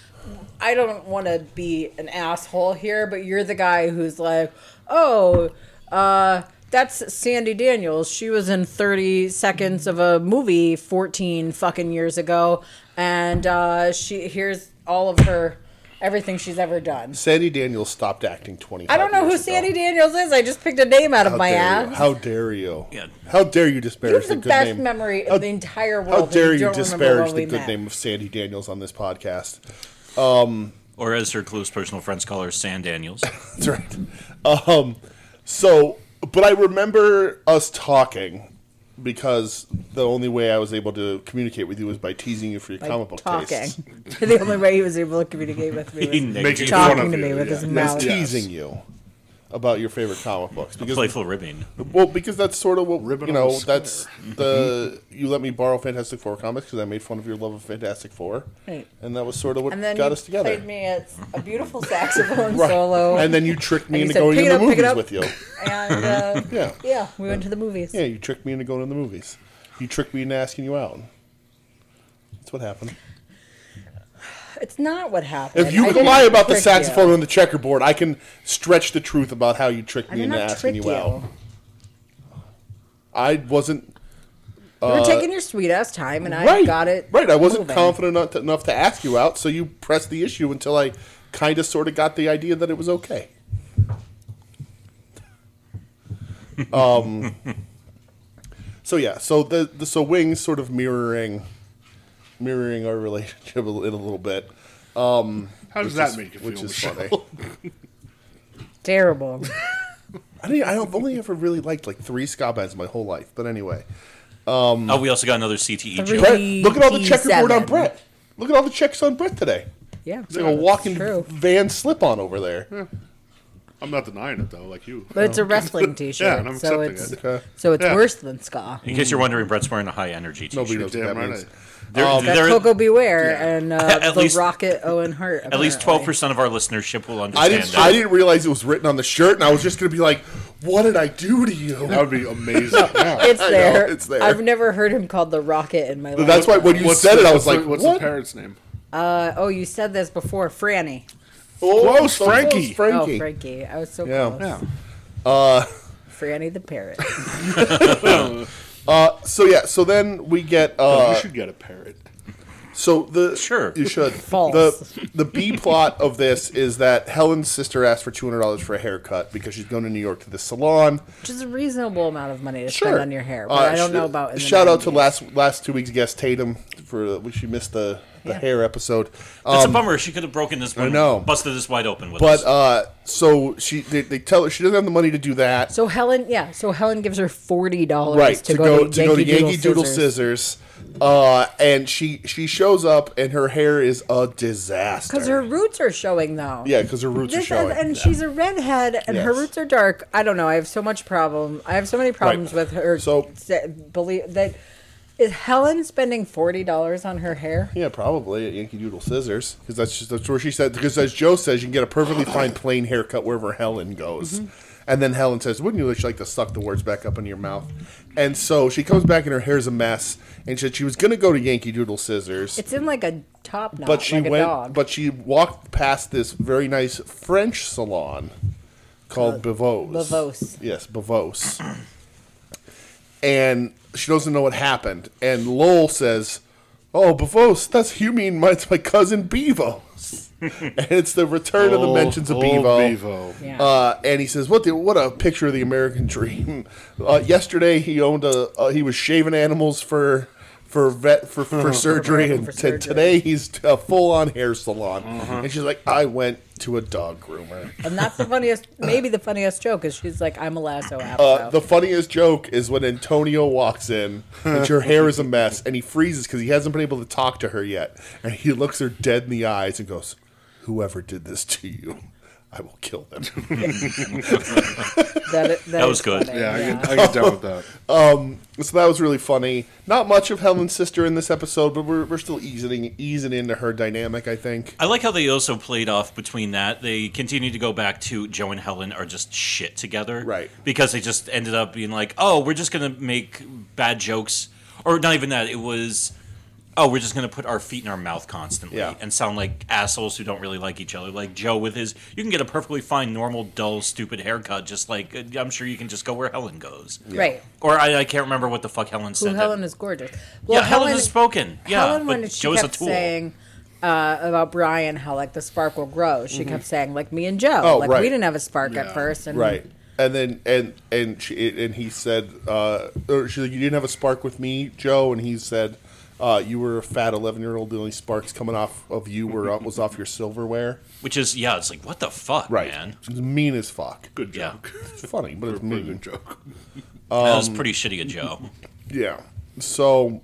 Speaker 3: I don't want to be an asshole here, but you're the guy who's like, "Oh, uh that's Sandy Daniels. She was in 30 seconds of a movie 14 fucking years ago and uh she here's all of her everything she's ever done."
Speaker 2: Sandy Daniels stopped acting twenty.
Speaker 3: I don't know who Sandy Daniels is. I just picked a name out of
Speaker 2: How
Speaker 3: my
Speaker 2: dare you.
Speaker 3: ass.
Speaker 2: How dare you?
Speaker 4: Yeah.
Speaker 2: How dare you
Speaker 3: You
Speaker 2: disparage
Speaker 3: have
Speaker 2: the
Speaker 3: the
Speaker 2: good
Speaker 3: best
Speaker 2: name?
Speaker 3: memory
Speaker 2: How-
Speaker 3: of the entire world.
Speaker 2: How
Speaker 3: and
Speaker 2: dare you
Speaker 3: don't remember
Speaker 2: disparage
Speaker 3: when we
Speaker 2: the good
Speaker 3: met.
Speaker 2: name of Sandy Daniels on this podcast?
Speaker 4: Or as her close personal friends call her, San Daniels.
Speaker 2: That's right. Um, so, but I remember us talking because the only way I was able to communicate with you was by teasing you for your
Speaker 3: Like,
Speaker 2: comic book
Speaker 3: talking.
Speaker 2: tastes.
Speaker 3: the only way he was able to communicate with
Speaker 4: He
Speaker 3: me
Speaker 4: negated
Speaker 3: was
Speaker 1: fun
Speaker 4: you.
Speaker 1: of
Speaker 3: talking to
Speaker 1: you,
Speaker 3: me with his
Speaker 1: yeah.
Speaker 2: That's
Speaker 3: mouth.
Speaker 1: Yeah.
Speaker 2: teasing you about your favorite comic books because
Speaker 4: Playful ribbing.
Speaker 2: well because that's sort of what
Speaker 1: Ribbon
Speaker 2: you
Speaker 1: on
Speaker 2: know
Speaker 1: the square. Mm-hmm.
Speaker 2: that's the you let me borrow Fantastic Four comics because I made fun of your love of Fantastic Four
Speaker 3: Right.
Speaker 2: and that was sort of what
Speaker 3: And then
Speaker 2: got
Speaker 3: you
Speaker 2: us together
Speaker 3: played me at a beautiful saxophone
Speaker 2: right
Speaker 3: solo.
Speaker 2: and then you tricked me
Speaker 3: And
Speaker 2: into
Speaker 3: you said,
Speaker 2: going to
Speaker 3: "Pick it
Speaker 2: the
Speaker 3: up, pick it
Speaker 2: movies
Speaker 3: up."
Speaker 2: with you
Speaker 3: And, uh,
Speaker 2: yeah
Speaker 3: yeah, we went to the movies.
Speaker 2: Yeah, you tricked me into going to the movies. You tricked me into asking you out. That's what happened.
Speaker 3: It's not what happened.
Speaker 2: If you
Speaker 3: I
Speaker 2: can
Speaker 3: didn't
Speaker 2: lie about the
Speaker 3: trick
Speaker 2: saxophone
Speaker 3: you.
Speaker 2: and the checkerboard, I can stretch the truth about how you tricked
Speaker 3: I
Speaker 2: me
Speaker 3: did
Speaker 2: into
Speaker 3: not
Speaker 2: asking
Speaker 3: trick
Speaker 2: you,
Speaker 3: you.
Speaker 2: out. I wasn't
Speaker 3: You were taking your sweet ass time, and I
Speaker 2: uh, right.
Speaker 3: got it.
Speaker 2: right. I wasn't
Speaker 3: moving.
Speaker 2: confident enough to, enough to ask you out, so you pressed the issue until I kind of sort of got the idea that it was okay. Um, Um, so yeah, so the, the so wings sort of mirroring mirroring our relationship a li- in a little bit,
Speaker 1: How does
Speaker 2: which
Speaker 1: that
Speaker 2: is-
Speaker 1: make you feel?
Speaker 2: which is
Speaker 1: Michelle?
Speaker 2: funny.
Speaker 3: Terrible.
Speaker 2: I don't, I don't only ever really liked like three ska bands my whole life, but anyway,
Speaker 4: Oh, we also got another CTE
Speaker 3: Three.
Speaker 4: joke.
Speaker 2: Brett, look at all the checkerboard on
Speaker 3: 57.
Speaker 2: Brett. Look at all the checks on Brett today.
Speaker 3: Yeah.
Speaker 2: It's like a walking
Speaker 3: true.
Speaker 2: van slip on over there.
Speaker 1: I'm not denying it though, like you.
Speaker 3: But
Speaker 2: Oh.
Speaker 3: it's a wrestling T-shirt,
Speaker 1: Yeah, and I'm
Speaker 3: so
Speaker 1: accepting
Speaker 3: it's
Speaker 1: it.
Speaker 2: Okay.
Speaker 3: so it's
Speaker 1: Yeah.
Speaker 3: worse than ska.
Speaker 4: In case you're wondering, Brett's wearing a high energy t-shirt.
Speaker 2: Nobody knows Um, what
Speaker 1: damn
Speaker 2: that
Speaker 1: right
Speaker 2: means.
Speaker 4: There-
Speaker 3: That's
Speaker 4: there-
Speaker 3: Coco Beware and uh,
Speaker 4: At
Speaker 3: the
Speaker 4: least-
Speaker 3: Rocket Owen Hart.
Speaker 4: at least
Speaker 3: apparently.
Speaker 4: 12% of our listenership will understand
Speaker 2: I didn't.
Speaker 4: that.
Speaker 1: uh,
Speaker 2: I didn't realize it was written on the shirt, and I was just gonna be like, "What did I do to you?"
Speaker 1: That would be amazing. Yeah.
Speaker 3: It's
Speaker 2: I know,
Speaker 3: there.
Speaker 2: it's there.
Speaker 3: I've never heard him called the Rocket in my life.
Speaker 2: That's why when you
Speaker 1: What's
Speaker 2: said
Speaker 1: the-
Speaker 2: it, I
Speaker 1: what's
Speaker 2: was like,
Speaker 1: the- "What's
Speaker 2: "What?"
Speaker 1: the parent's name?"
Speaker 3: Uh, oh, you said this before, Franny.
Speaker 2: oh,
Speaker 1: Close,
Speaker 2: so close,
Speaker 1: Frankie.
Speaker 2: Frankie.
Speaker 3: Oh, Frankie. I was so
Speaker 2: Yeah.
Speaker 3: close.
Speaker 1: Yeah.
Speaker 3: Franny the parrot.
Speaker 2: So yeah. So then we get.
Speaker 1: you Oh,
Speaker 2: Uh,
Speaker 1: should get a parrot.
Speaker 2: so the
Speaker 4: Sure.
Speaker 2: you should.
Speaker 3: False.
Speaker 2: The the B plot of this is that Helen's sister asked for two hundred dollars for a haircut because she's going to New York to the salon.
Speaker 3: Which is a reasonable amount of money to
Speaker 2: Sure.
Speaker 3: spend on your hair. But
Speaker 2: Uh,
Speaker 3: I don't
Speaker 2: sh-
Speaker 3: know about in the
Speaker 2: shout out to
Speaker 3: 90s.
Speaker 2: last last two weeks guest Tatum for uh, she missed the the hair episode.
Speaker 4: That's a bummer. She could have broken this one,
Speaker 2: um, know.
Speaker 4: busted this wide open with
Speaker 2: But
Speaker 4: us.
Speaker 2: uh, so she they, they tell her she doesn't have the money to do that.
Speaker 3: So Helen, yeah. So Helen gives her forty dollars
Speaker 2: right
Speaker 3: to, go, to, Yankee
Speaker 2: Yankee Doodle
Speaker 3: Scissors.
Speaker 2: Scissors, uh, and she she shows up and her hair is a disaster.
Speaker 3: Because her roots are showing though.
Speaker 2: yeah, because her roots
Speaker 3: This
Speaker 2: are
Speaker 3: is,
Speaker 2: showing.
Speaker 3: and she's a redhead, and her
Speaker 2: Yes.
Speaker 3: roots are dark. I don't know. I have so much problem. I have so many problems with her.
Speaker 2: So-
Speaker 3: sa- believe that is Helen spending forty dollars on her hair.
Speaker 2: yeah, probably at Yankee Doodle Scissors because that's just that's where she said. Because as Joe says, you can get a perfectly fine plain haircut wherever Helen
Speaker 3: Mm-hmm.
Speaker 2: goes. And then Helen says, "Wouldn't you like to suck the words back up into your mouth?" And so she comes back and her hair's a mess. And she said she was going to go to Yankee Doodle Scissors.
Speaker 3: It's in like a top knot,
Speaker 2: but she
Speaker 3: like
Speaker 2: went
Speaker 3: a dog.
Speaker 2: but she walked past this very nice french salon called bevos
Speaker 3: Bevos.
Speaker 2: yes bevos and she doesn't know what happened and lowell says oh bevos that's you mean my, it's my cousin beavos and it's the return of the
Speaker 1: Old-
Speaker 2: mentions of
Speaker 1: old
Speaker 2: bevo
Speaker 1: Bevo.
Speaker 3: Yeah.
Speaker 2: uh, and he says, "What the, What a picture of the American dream." Uh, yesterday, he owned a. Uh, he was shaving animals for for vet for, for surgery, and
Speaker 3: For
Speaker 2: t-
Speaker 3: surgery. Uh-huh.
Speaker 2: today he's a full on hair salon. And she's like, "I went to a dog groomer."
Speaker 3: and that's the funniest, maybe the funniest joke is she's like, "I'm a lasso afro."
Speaker 2: Uh, the funniest joke is when Antonio walks in and her hair is a mess, and he freezes because he hasn't been able to talk to her yet, and he looks her dead in the eyes and goes, "Whoever did this to you." I will kill them.
Speaker 3: That, that,
Speaker 4: was
Speaker 3: is
Speaker 4: good.
Speaker 3: funny,
Speaker 1: Yeah, I get, I get down with that.
Speaker 2: so that was really funny. Not much of Helen's sister in this episode, but we're, we're still easing easing into her dynamic. I think.
Speaker 4: I like how they also played off between that. They continue to go back to Joe and Helen are just shit together.
Speaker 2: Right.
Speaker 4: Because they just ended up being like, oh, we're just going to make bad jokes. Or not even that. It was, oh, we're just going to put our feet in our mouth constantly
Speaker 2: Yeah.
Speaker 4: and sound like assholes who don't really like each other. Like Joe with his, you can get a perfectly fine, normal, dull, stupid haircut, just like uh, I'm sure you can just go where Helen goes.
Speaker 3: Right.
Speaker 4: Or I, I can't remember what the fuck Helen
Speaker 3: Who
Speaker 4: said. that-
Speaker 3: Helen is gorgeous. Well,
Speaker 4: yeah, Helen, has spoken. Yeah,
Speaker 3: Helen,
Speaker 4: but
Speaker 3: when she
Speaker 4: Joe's
Speaker 3: kept
Speaker 4: a tool.
Speaker 3: saying uh, about Brian, how like the spark will grow, she kept saying like me and Joe,
Speaker 2: Mm-hmm. Oh,
Speaker 3: like
Speaker 2: right.
Speaker 3: we didn't have a spark
Speaker 1: Yeah.
Speaker 3: at first, and
Speaker 2: Right. And then and and she, and he said, uh, or she's like, "You didn't have a spark with me, Joe." And he said, uh, "You were a fat eleven-year-old. The only sparks coming off of you were uh, was off your silverware."
Speaker 4: Which is, yeah, it's like, what the fuck, man?
Speaker 2: It's mean as fuck.
Speaker 1: Good
Speaker 4: Yeah.
Speaker 1: joke.
Speaker 2: It's funny, but it's
Speaker 1: Pretty
Speaker 2: mean.
Speaker 1: good joke.
Speaker 4: that
Speaker 2: Um,
Speaker 4: was pretty shitty of Joe.
Speaker 2: Yeah. So,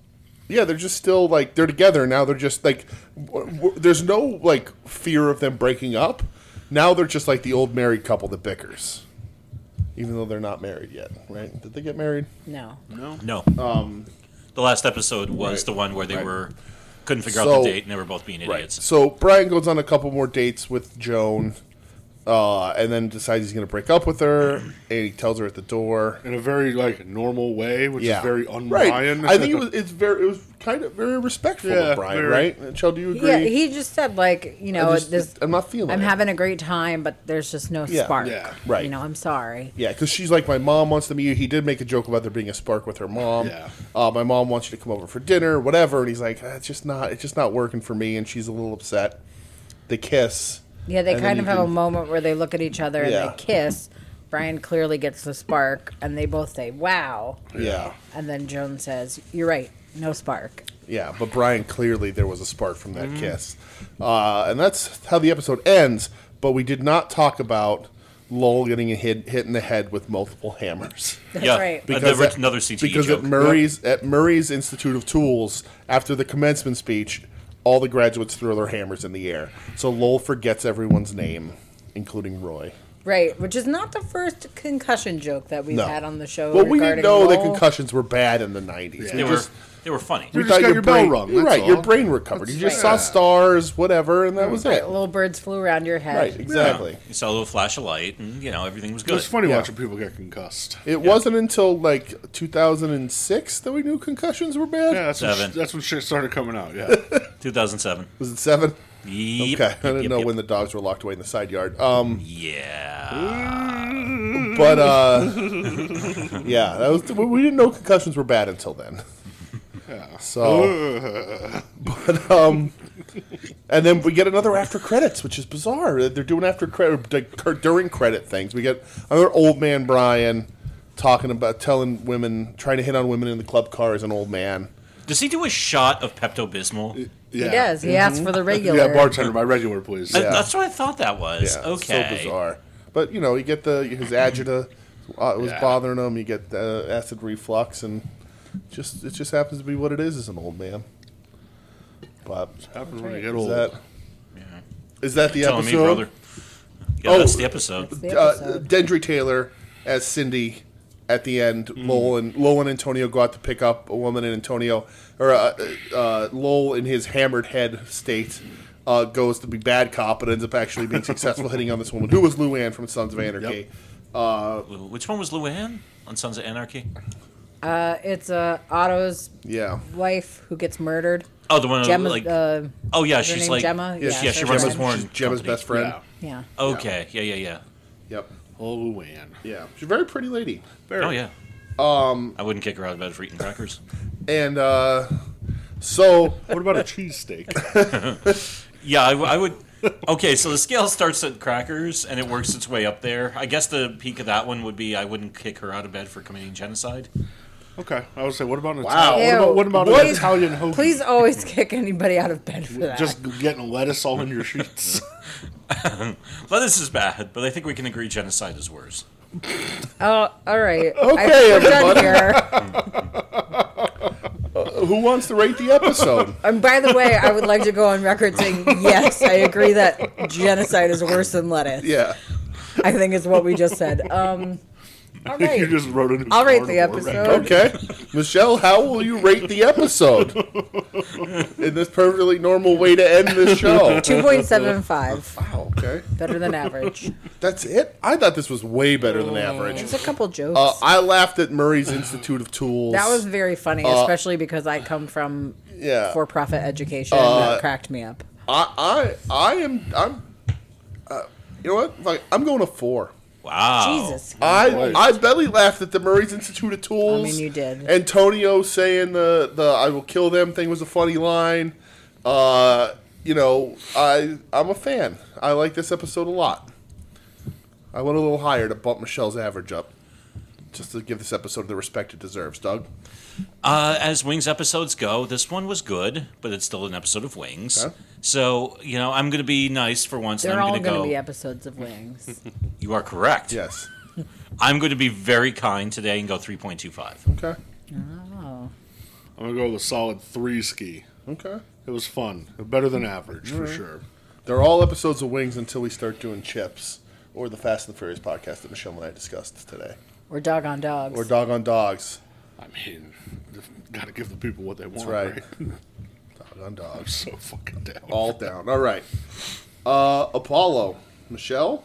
Speaker 2: yeah, they're just still like they're together now. They're just like w- w- there's no like fear of them breaking up. Now they're just like the old married couple that bickers, even though they're not married yet. Right? Did they get married?
Speaker 3: no,
Speaker 1: No.
Speaker 4: No. Um, the last episode was the one where they
Speaker 2: right.
Speaker 4: were couldn't figure out
Speaker 2: So-
Speaker 4: the date and they were both being idiots.
Speaker 2: So Brian goes on a couple more dates with Joan, uh, and then decides he's going to break up with her, and he tells her at the door.
Speaker 1: In a very like normal way, which
Speaker 2: Yeah,
Speaker 1: is very un
Speaker 2: Right.
Speaker 1: Brian.
Speaker 2: I think it was. It's very. It was kind of very respectful
Speaker 1: Yeah,
Speaker 2: of Brian,
Speaker 1: very.
Speaker 2: right? Chell, do you agree?
Speaker 3: yeah, he just said like you know
Speaker 2: I'm, just-
Speaker 3: this.
Speaker 2: I'm not feeling.
Speaker 3: I'm
Speaker 2: it.
Speaker 3: having a great time, but there's just no
Speaker 2: Yeah.
Speaker 3: spark.
Speaker 1: Yeah.
Speaker 2: Right.
Speaker 3: You know, I'm sorry.
Speaker 2: Yeah, because she's like, my mom wants to meet you. He did make a joke about there being a spark with her mom.
Speaker 1: Yeah.
Speaker 2: Uh, my mom wants you to come over for dinner, whatever. And he's like, "Ah, it's just not, it's just not working for me. And she's a little upset. They kiss.
Speaker 3: Yeah, they
Speaker 2: And then
Speaker 3: kind
Speaker 2: you
Speaker 3: of have a
Speaker 2: can-
Speaker 3: moment where they look at each other
Speaker 2: Yeah.
Speaker 3: and they kiss. Brian clearly gets the spark, and they both say, "Wow!"
Speaker 2: Yeah.
Speaker 3: And then Joan says, "You're right, no spark."
Speaker 2: Yeah, but Brian clearly there was a spark from that kiss, uh, and that's how the episode ends. But we did not talk about Lowell getting hit hit in the head with multiple hammers
Speaker 4: yeah,
Speaker 3: right.
Speaker 4: Uh,
Speaker 2: Because
Speaker 4: the ri-
Speaker 2: at-
Speaker 4: another CTE
Speaker 2: because at
Speaker 4: joke.
Speaker 2: Murray's at Murray's Institute of Tools after the commencement speech, all the graduates throw their hammers in the air. So Lowell forgets everyone's name, including Roy.
Speaker 3: Right, which is not the first concussion joke that we've
Speaker 2: No,
Speaker 3: had on the show.
Speaker 2: Well, we didn't
Speaker 3: regarding
Speaker 2: know that
Speaker 3: Lowell.
Speaker 2: concussions were bad in the nineties.
Speaker 1: Yeah.
Speaker 4: they
Speaker 2: We
Speaker 4: were
Speaker 2: just
Speaker 4: they were funny.
Speaker 1: We
Speaker 2: we
Speaker 1: just
Speaker 2: thought
Speaker 1: got
Speaker 2: your,
Speaker 1: your bell
Speaker 2: brain
Speaker 1: rung,
Speaker 2: you're
Speaker 1: that's
Speaker 2: right. Your
Speaker 1: all.
Speaker 2: brain recovered. You just
Speaker 3: right.
Speaker 2: saw
Speaker 3: Yeah.
Speaker 2: stars, whatever, and that was it.
Speaker 3: Little birds flew around your head.
Speaker 2: Right, exactly.
Speaker 4: You saw a little flash of light, and you know everything was
Speaker 1: It
Speaker 4: good.
Speaker 1: was funny
Speaker 2: Yeah.
Speaker 1: watching people get concussed.
Speaker 2: It wasn't until like 2006 that we knew concussions were bad.
Speaker 1: Yeah, that's when,
Speaker 4: Seven.
Speaker 1: sh- that's when shit started coming out. Yeah,
Speaker 4: 2007.
Speaker 2: Was it seven?
Speaker 4: Yep.
Speaker 2: Okay, I didn't
Speaker 4: Yep,
Speaker 2: know
Speaker 4: yep.
Speaker 2: when the dogs were locked away in the side yard. Um,
Speaker 4: Yeah,
Speaker 2: but uh, yeah, that was we didn't know concussions were bad until then. So, but um, and then we get another after credits, which is bizarre. They're doing after credit like, during credit things. We get another old man Brian talking about telling women, trying to hit on women in the club car as an old man.
Speaker 4: does he do a shot of Pepto Bismol?
Speaker 1: yeah.
Speaker 3: He does.
Speaker 2: Mm-hmm.
Speaker 3: He asks for the regular.
Speaker 1: Yeah, bartender, my regular, please.
Speaker 2: Yeah.
Speaker 4: That's what I thought that was.
Speaker 2: Yeah, it's
Speaker 4: okay,
Speaker 2: So bizarre. But you know, you get the his agita uh, was
Speaker 1: Yeah.
Speaker 2: bothering him. You get the acid reflux, and just it just happens to be what it is as an old man. But
Speaker 1: Happens when you get
Speaker 2: is
Speaker 1: old.
Speaker 2: that is that the
Speaker 4: telling
Speaker 2: episode?
Speaker 4: me, brother. Yeah,
Speaker 2: Oh.
Speaker 4: that's the episode.
Speaker 3: The
Speaker 2: Uh,
Speaker 3: episode.
Speaker 2: Dendry Taylor as Cindy at the end.
Speaker 1: Hmm.
Speaker 2: Lowell and Lowell and Antonio go out to pick up a woman, and Antonio or uh, uh, Lowell in his hammered head state uh, goes to be bad cop, but ends up actually being successful hitting on this woman who was Luann from Sons of Anarchy.
Speaker 4: Which one was Luann on Sons of Anarchy?
Speaker 3: Uh, it's uh, Otto's
Speaker 2: Yeah.
Speaker 3: wife who gets murdered.
Speaker 4: Oh, the one
Speaker 3: Gemma.
Speaker 4: like
Speaker 3: uh,
Speaker 4: oh yeah,
Speaker 3: her
Speaker 4: she's
Speaker 3: name
Speaker 4: like
Speaker 3: Gemma?
Speaker 4: yeah,
Speaker 3: Yeah,
Speaker 4: she
Speaker 3: so
Speaker 4: runs
Speaker 3: Gemma.
Speaker 4: this horn.
Speaker 2: She's Gemma's
Speaker 4: company.
Speaker 2: best friend.
Speaker 1: Yeah.
Speaker 3: yeah.
Speaker 4: Okay, yeah, yeah, yeah.
Speaker 2: Yep.
Speaker 1: Oh, man.
Speaker 2: Yeah. She's a very pretty lady. Very.
Speaker 4: Oh yeah. Um, I wouldn't kick her out of bed for eating crackers.
Speaker 2: And uh, so
Speaker 1: What about a cheesesteak?
Speaker 4: yeah, I, w- I would. Okay, so the scale starts at crackers and it works its way up there. I guess the peak of that one would be I wouldn't kick her out of bed for committing genocide.
Speaker 1: okay, I would say, what about an
Speaker 2: Wow.
Speaker 1: Italian?
Speaker 3: Ew.
Speaker 1: What about, what about an
Speaker 3: Please-
Speaker 1: Italian hoagie?
Speaker 3: Please always kick anybody out of bed for that.
Speaker 1: Just getting lettuce all in your sheets.
Speaker 4: Lettuce is bad, but I think we can agree genocide is worse.
Speaker 3: oh, all
Speaker 2: Okay,
Speaker 3: right. I, we're
Speaker 2: everybody.
Speaker 3: done here.
Speaker 2: who wants to rate the episode?
Speaker 3: And by the way, I would like to go on record saying yes, I agree that genocide is worse than lettuce.
Speaker 2: yeah.
Speaker 3: I think is what we just said. Um, all
Speaker 1: you
Speaker 3: right.
Speaker 1: just uh, wrote a new
Speaker 3: I'll
Speaker 1: Civil
Speaker 3: rate the
Speaker 1: War
Speaker 3: episode.
Speaker 1: record.
Speaker 2: Okay. Michelle, how will you rate the episode? In this perfectly normal way to end this show.
Speaker 3: 2.75.
Speaker 2: Wow, okay.
Speaker 3: Better than average.
Speaker 2: That's it? I thought this was way better
Speaker 3: Oh.
Speaker 2: than average.
Speaker 3: There's a couple jokes.
Speaker 2: Uh, I laughed at Murray's Institute of Tools.
Speaker 3: that was very funny, especially because I come from
Speaker 2: yeah.
Speaker 3: for profit education. that cracked me up.
Speaker 2: I I I am I'm. Uh, you know what? Fuck it. I'm going to four.
Speaker 4: Wow.
Speaker 3: Jesus.
Speaker 2: I I belly laughed at the Murray's Institute of Tools.
Speaker 3: I mean, you did.
Speaker 2: Antonio saying the the "I will kill them" thing was a funny line. Uh, you know, I I'm a fan. I like this episode a lot. I went a little higher to bump Michelle's average up, just to give this episode the respect it deserves. Doug,
Speaker 4: Uh, as Wings episodes go, this one was good, but it's still an episode of Wings.
Speaker 2: Okay.
Speaker 4: So, you know, I'm going to be nice for once.
Speaker 3: They're
Speaker 4: and I'm
Speaker 3: all
Speaker 4: going to
Speaker 3: going
Speaker 4: go.
Speaker 3: to be episodes of Wings.
Speaker 4: you are correct.
Speaker 2: yes,
Speaker 4: I'm going to be very kind today and go 3.25.
Speaker 2: okay,
Speaker 3: Oh.
Speaker 1: I'm gonna go with a solid three ski.
Speaker 2: okay.
Speaker 1: It was fun, better than average for sure.
Speaker 2: They're all episodes of Wings until we start doing Chips or the Fast and the Furious podcast that Michelle and I discussed today,
Speaker 3: Or dog on dogs.
Speaker 2: or Dog on Dogs.
Speaker 1: I mean, you've gotta give the people what they want.
Speaker 2: right.
Speaker 1: right.
Speaker 2: Dog on Dogs.
Speaker 1: so fucking down.
Speaker 2: All down. All right. Uh, Apollo, Michelle,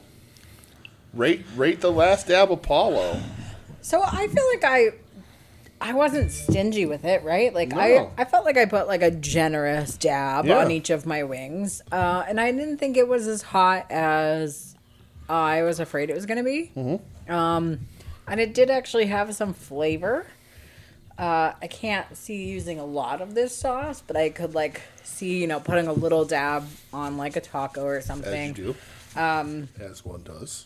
Speaker 2: rate rate the last dab Apollo.
Speaker 3: So I feel like I I wasn't stingy with it, right? Like I
Speaker 2: No.
Speaker 3: I felt like I put like a generous dab
Speaker 2: Yeah.
Speaker 3: on each of my wings. Uh and I didn't think it was as hot as I was afraid it was going to be.
Speaker 2: Mm-hmm.
Speaker 3: Um and it did actually have some flavor. Uh, I can't see using a lot of this sauce, but I could like see, you know, putting a little dab on like a taco or
Speaker 2: As
Speaker 3: something.
Speaker 2: you do, um, as one does.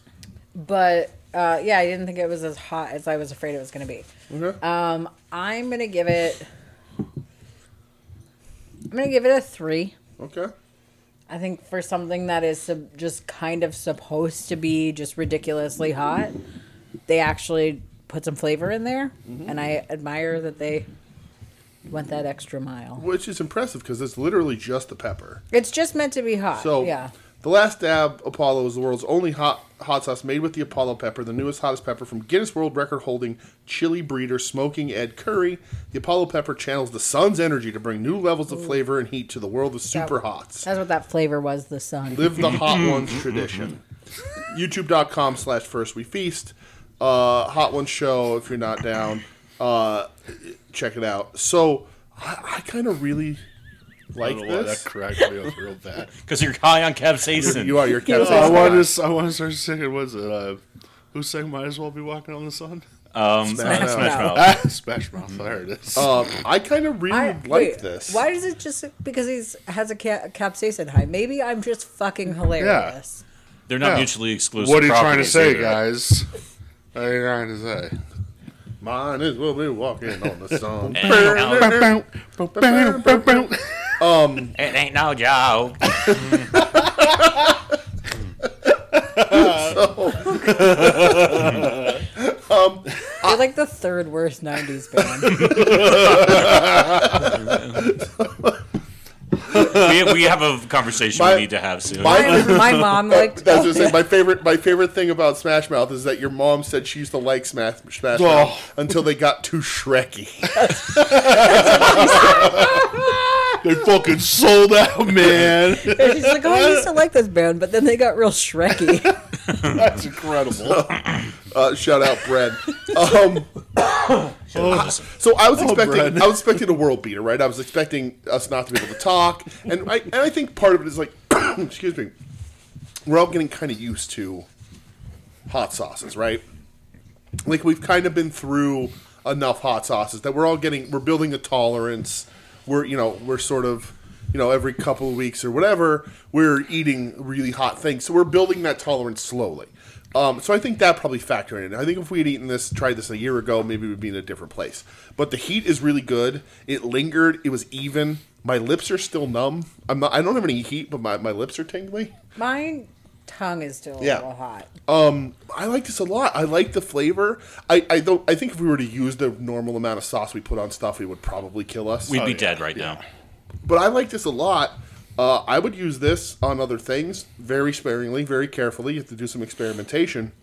Speaker 3: But uh, yeah, I didn't think it was as hot as I was afraid it was going to be.
Speaker 2: Okay.
Speaker 3: Um, I'm gonna give it. I'm gonna give it a three.
Speaker 2: okay.
Speaker 3: I think for something that is sub- just kind of supposed to be just ridiculously hot, they actually put some flavor in there,
Speaker 2: Mm-hmm.
Speaker 3: and I admire that they went that extra mile.
Speaker 2: Which is impressive because it's literally just the pepper.
Speaker 3: It's just meant to be hot.
Speaker 2: So
Speaker 3: yeah,
Speaker 2: The Last Dab Apollo is the world's only hot hot sauce made with the Apollo pepper, the newest hottest pepper from Guinness World Record holding chili breeder Smoking Ed Curry. The Apollo pepper channels the sun's energy to bring new levels of flavor and heat to the world of super hots.
Speaker 3: that's what that flavor was. The sun.
Speaker 2: Live the Hot Ones tradition. YouTube.com slash First We Feast. Uh, Hot Ones Show, if you're not down, uh, check it out. So I, I kind of really
Speaker 1: I
Speaker 2: like
Speaker 1: don't know why that
Speaker 2: this.
Speaker 1: cracked me up real bad.
Speaker 4: Because you're high on capsaicin.
Speaker 2: You are your captain.
Speaker 1: I want to. I want to start singing. What's it? Uh, who sang "Might as Well Be Walking on the Sun"?
Speaker 4: Um,
Speaker 2: Smash
Speaker 4: Smash
Speaker 3: Mouth.
Speaker 4: Mouth.
Speaker 1: Ah, Smash Mouth. There it is.
Speaker 2: Um, I kind of really
Speaker 3: I
Speaker 2: like
Speaker 3: wait,
Speaker 2: this.
Speaker 3: Why is it just because he's has a ca- capsaicin high? Maybe I'm just fucking hilarious.
Speaker 4: They're not
Speaker 1: Yeah.
Speaker 4: mutually exclusive.
Speaker 1: what are you trying to
Speaker 4: properties
Speaker 1: say,
Speaker 4: either.
Speaker 1: guys? What are you trying to say?
Speaker 2: Mine is we'll be walking on the sun.
Speaker 4: It ain't no-
Speaker 1: That's
Speaker 2: Um,
Speaker 4: it ain't no joke.
Speaker 3: You're like the third worst '90s band.
Speaker 4: we, we have a conversation
Speaker 2: My-
Speaker 4: we need to have soon.
Speaker 2: My,
Speaker 3: my, my mom liked.
Speaker 2: that's what I say. My favorite, my favorite thing about Smash Mouth is that your mom said she used to like Smash, Smash
Speaker 1: Oh.
Speaker 2: Mouth until they got too Shreky.
Speaker 1: They fucking sold out, man.
Speaker 3: She's like, oh, I used to like this band, but then they got real Shrekky.
Speaker 1: That's incredible.
Speaker 2: Uh, shout out, Brad. Um, Ah,
Speaker 4: Listen.
Speaker 2: So I was expecting
Speaker 1: Brad.
Speaker 2: I was expecting a world beater, right? I was expecting us not to be able to talk, and I and I think part of it is like, excuse me, we're all getting kind of used to hot sauces, right? Like we've kind of been through enough hot sauces that we're all getting we're building a tolerance. We're you know we're sort of you know every couple of weeks or whatever we're eating really hot things, so we're building that tolerance slowly. Um, so I think that probably factored in. I think if we had eaten this, tried this a year ago, maybe we'd be in a different place. But the heat is really good. It lingered. It was even. My lips are still numb. I'm not, I don't have any heat, but my, my lips are tingly.
Speaker 3: Mine
Speaker 5: tongue is still a
Speaker 2: Yeah. Oh,
Speaker 5: little hot.
Speaker 2: I like this a lot. I like the flavor. I I don't. I think if we were to use the normal amount of sauce we put on stuff, it would probably kill us.
Speaker 4: We'd
Speaker 1: Oh,
Speaker 4: be
Speaker 1: yeah.
Speaker 4: dead right now.
Speaker 2: But I like this a lot. Uh, I would use this on other things very sparingly, very carefully. You have to do some experimentation.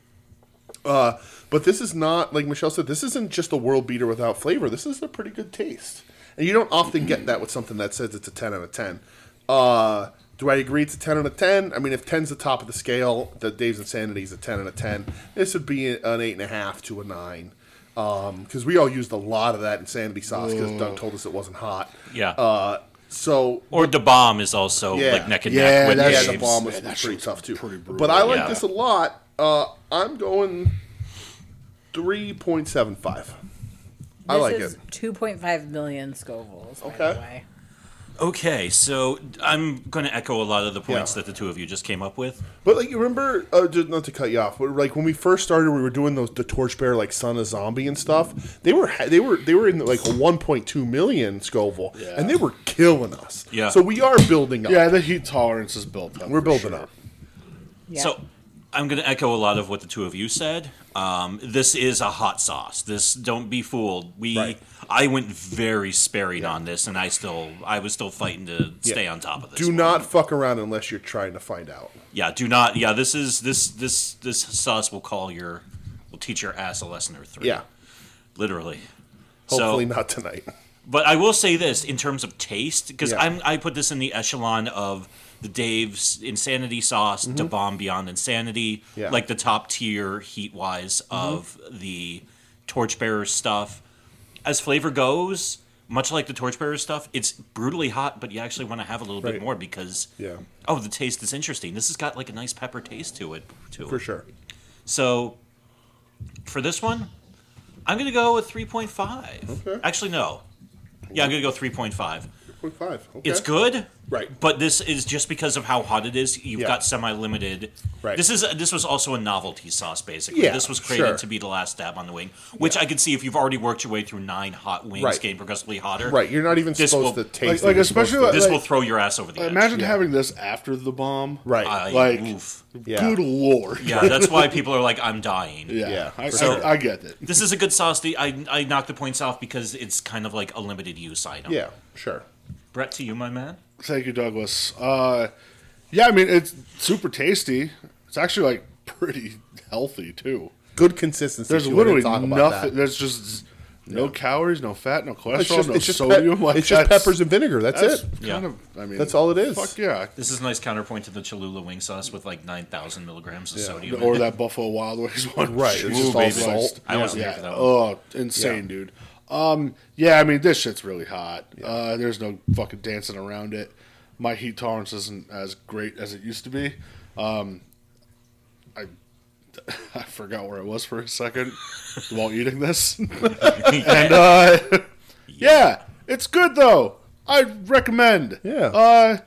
Speaker 2: Uh, but this is not like Michelle said. This isn't just a world beater without flavor. This is a pretty good taste, and you don't often get that with something that says it's a ten out of ten. Uh, do I agree it's a ten out of ten? I mean, if 10's the top of the scale, the Dave's Insanity is a ten out of ten. This would be an eight and a half to a nine, because we all used a lot of that insanity sauce because Doug told us it wasn't hot.
Speaker 4: Yeah.
Speaker 2: Uh, so
Speaker 4: or the bomb is also
Speaker 2: Yeah.
Speaker 4: like neck and
Speaker 1: Yeah,
Speaker 4: neck with
Speaker 1: that's-
Speaker 2: yeah,
Speaker 4: Dave's.
Speaker 2: the bomb was
Speaker 1: Yeah, that
Speaker 2: pretty
Speaker 1: shit's
Speaker 2: tough too.
Speaker 1: pretty brutal.
Speaker 2: but I like
Speaker 4: Yeah.
Speaker 2: this a lot. Uh, I'm going three point seven five. I like
Speaker 5: this
Speaker 2: it.
Speaker 5: is 2.5 million Scovilles. by
Speaker 2: Okay.
Speaker 5: the way.
Speaker 4: Okay, so I'm going to echo a lot of the points
Speaker 2: Yeah.
Speaker 4: that the two of you just came up with.
Speaker 2: But like you remember, uh, just not to cut you off, but like when we first started, we were doing those the torchbearer like son of zombie and stuff. They were ha- they were they were in like a one point two million Scoville,
Speaker 1: Yeah.
Speaker 2: and they were killing us.
Speaker 4: Yeah.
Speaker 2: So we are building up.
Speaker 1: Yeah, the heat tolerance is built up.
Speaker 2: we're
Speaker 1: for
Speaker 2: building
Speaker 1: sure.
Speaker 2: up.
Speaker 5: Yeah.
Speaker 4: So I'm going to echo a lot of what the two of you said. Um, this is a hot sauce. This don't be fooled. We
Speaker 2: Right.
Speaker 4: I went very sparing on this, and I still I was still fighting to stay on top of this.
Speaker 2: Do
Speaker 4: one.
Speaker 2: not fuck around unless you're trying to find out.
Speaker 4: Yeah, do not. Yeah, this is this this this sauce will call your will teach your ass a lesson or three.
Speaker 2: Yeah.
Speaker 4: literally.
Speaker 2: Hopefully
Speaker 4: so,
Speaker 2: not tonight.
Speaker 4: But I will say this in terms of taste, because
Speaker 2: Yeah.
Speaker 4: I'm I put this in the echelon of the Dave's Insanity Sauce to Bomb Beyond Insanity,
Speaker 2: Mm-hmm. Yeah. Mm-hmm.
Speaker 4: like the top tier heat wise of the Torchbearer stuff. As flavor goes, much like the Torchbearer stuff, it's brutally hot, but you actually want to have a little
Speaker 2: Right.
Speaker 4: bit more because
Speaker 2: Yeah.
Speaker 4: oh, the taste is interesting. This has got like a nice pepper taste to it too.
Speaker 2: For sure.
Speaker 4: So for this one, I'm gonna go with 3.5.
Speaker 2: Okay.
Speaker 4: Actually, no. Yeah, I'm gonna go 3.5.
Speaker 2: Point five. Okay.
Speaker 4: It's good,
Speaker 2: Right.
Speaker 4: But this is just because of how hot it is. You've
Speaker 2: Yeah.
Speaker 4: got semi-limited.
Speaker 2: Right.
Speaker 4: This is this was also a novelty sauce, basically.
Speaker 2: Yeah,
Speaker 4: this was created
Speaker 2: sure.
Speaker 4: to be the last dab on the wing, which I could see if you've already worked your way through nine hot wings,
Speaker 2: Right.
Speaker 4: getting progressively hotter.
Speaker 2: Right, you're not even
Speaker 4: This
Speaker 2: supposed
Speaker 4: will-
Speaker 2: to
Speaker 1: Like-
Speaker 2: taste
Speaker 1: like
Speaker 2: it. You're supposed
Speaker 1: especially
Speaker 2: to-
Speaker 4: This
Speaker 1: Like-
Speaker 4: will throw your ass over the edge.
Speaker 1: Imagine having this after the bomb.
Speaker 2: right.
Speaker 4: I-
Speaker 1: Like,
Speaker 4: oof.
Speaker 2: Yeah.
Speaker 1: good lord.
Speaker 4: Yeah, that's why people are like, "I'm dying."
Speaker 1: Yeah,
Speaker 2: Yeah,
Speaker 1: I,
Speaker 2: for sure.
Speaker 1: I, I get it.
Speaker 4: This is a good sauce. The, I I knock the points off because it's kind of like a limited use item.
Speaker 2: yeah, sure.
Speaker 4: Brett, to you, my man.
Speaker 1: Thank you, Douglas. Uh, yeah, I mean it's super tasty. It's actually like pretty healthy too.
Speaker 2: Good consistency.
Speaker 1: There's
Speaker 2: too, I
Speaker 1: literally
Speaker 2: didn't talk about
Speaker 1: nothing.
Speaker 2: that.
Speaker 1: There's just no calories, no fat, no cholesterol,
Speaker 2: It's just,
Speaker 1: no
Speaker 2: it's just,
Speaker 1: sodium.
Speaker 2: pe-
Speaker 1: like
Speaker 2: it's just
Speaker 1: that's-
Speaker 2: peppers and vinegar. That's,
Speaker 1: That's
Speaker 2: it.
Speaker 4: Yeah.
Speaker 1: kind of. I mean,
Speaker 2: That's all it is.
Speaker 1: Fuck yeah.
Speaker 4: This is a nice counterpoint to the Cholula wing sauce with like 9,000 milligrams of sodium. in
Speaker 1: Or
Speaker 4: it.
Speaker 1: that Buffalo Wild Wings one,
Speaker 2: Right, it's just
Speaker 1: Ooh,
Speaker 2: all
Speaker 1: baby.
Speaker 2: salt.
Speaker 4: I wasn't
Speaker 1: yeah.
Speaker 4: here for that
Speaker 1: Oh, insane, dude. Um, yeah, I mean this shit's really hot. Uh, there's no fucking dancing around it. My heat tolerance isn't as great as it used to be. Um, I I forgot where I was for a second while eating this. and uh, yeah, it's good though. I recommend.
Speaker 2: Yeah.
Speaker 1: Uh,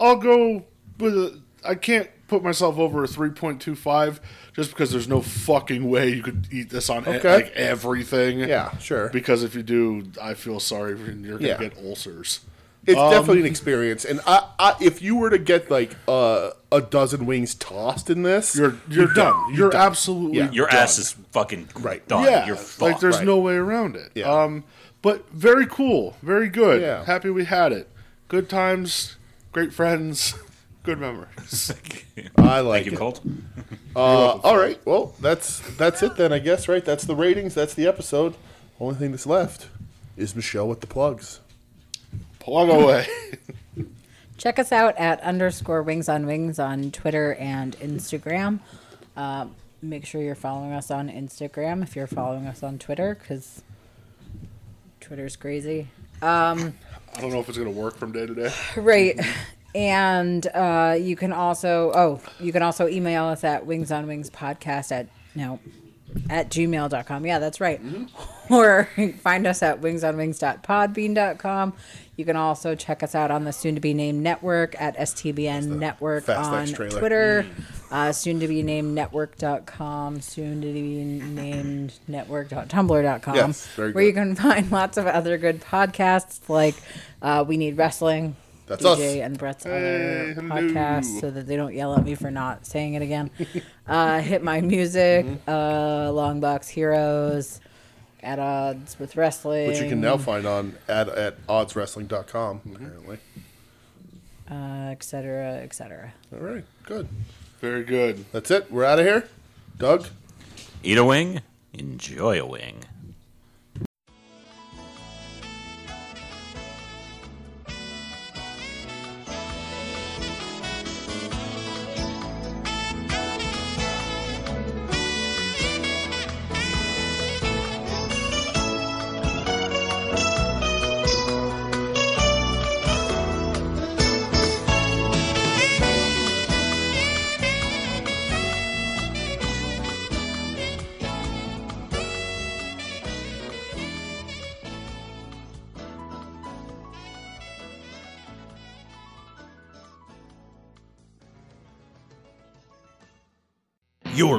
Speaker 1: I'll go with. A, I can't put myself over a three point two five just because there's no fucking way you could eat this on e-
Speaker 2: Okay.
Speaker 1: like everything.
Speaker 2: Yeah, sure.
Speaker 1: Because if you do, I feel sorry. for you. You're gonna
Speaker 2: Yeah.
Speaker 1: get ulcers.
Speaker 2: It's
Speaker 1: um,
Speaker 2: definitely an experience. And I, I, if you were to get like uh, a dozen wings tossed in this,
Speaker 1: You're you're, done. You're absolutely
Speaker 2: Yeah.
Speaker 4: Your
Speaker 1: done.
Speaker 4: ass is fucking
Speaker 2: Right.
Speaker 4: done.
Speaker 1: Yeah,
Speaker 4: You're
Speaker 1: like
Speaker 4: fucked.
Speaker 1: there's
Speaker 2: Right.
Speaker 1: no way around it.
Speaker 2: Yeah.
Speaker 1: Um, but very cool, very good.
Speaker 2: Yeah.
Speaker 1: Happy we had it. Good times, great friends, good memories.
Speaker 2: I like
Speaker 4: Thank you,
Speaker 2: it.
Speaker 4: Colt.
Speaker 2: Uh, all right. Well, that's that's it then. I guess right. That's the ratings. That's the episode. Only thing that's left is Michelle with the plugs.
Speaker 1: Plug away.
Speaker 5: Check us out at underscore wings on wings on Twitter and Instagram. Uh, make sure you're following us on Instagram if you're following us on Twitter because Twitter's crazy.
Speaker 1: I don't know if it's gonna work from day to day.
Speaker 5: Right. And uh, you can also, oh, you can also email us at wings on wings podcast at, no, at gmail.com. Yeah, that's right.
Speaker 2: Mm-hmm.
Speaker 5: Or find us at wings on wings.podbean.com. You can also check us out on the soon to be named network at STBN network
Speaker 2: Fast
Speaker 5: on
Speaker 2: X trailer. Mm.
Speaker 5: Twitter, uh, soon to be named network.com, soon to be named network.tumblr.com,
Speaker 2: Yes, very
Speaker 5: where you can
Speaker 2: good.
Speaker 5: find lots of other good podcasts like uh, We Need Wrestling
Speaker 2: That's us.
Speaker 3: DJ and Brett's
Speaker 2: Hey,
Speaker 3: other
Speaker 2: hello.
Speaker 3: podcast so that they don't yell at me for not saying it again. uh, Hit My Music,
Speaker 2: Mm-hmm.
Speaker 3: uh, Long Box Heroes, At Odds with Wrestling.
Speaker 2: Which you can now find on at, at oddswrestling.com,
Speaker 1: Mm-hmm.
Speaker 2: apparently.
Speaker 3: Uh, et cetera, et cetera.
Speaker 2: All right, good.
Speaker 1: Very good.
Speaker 2: That's it. We're out of here. Doug?
Speaker 4: Eat a wing, enjoy a wing.
Speaker 6: You're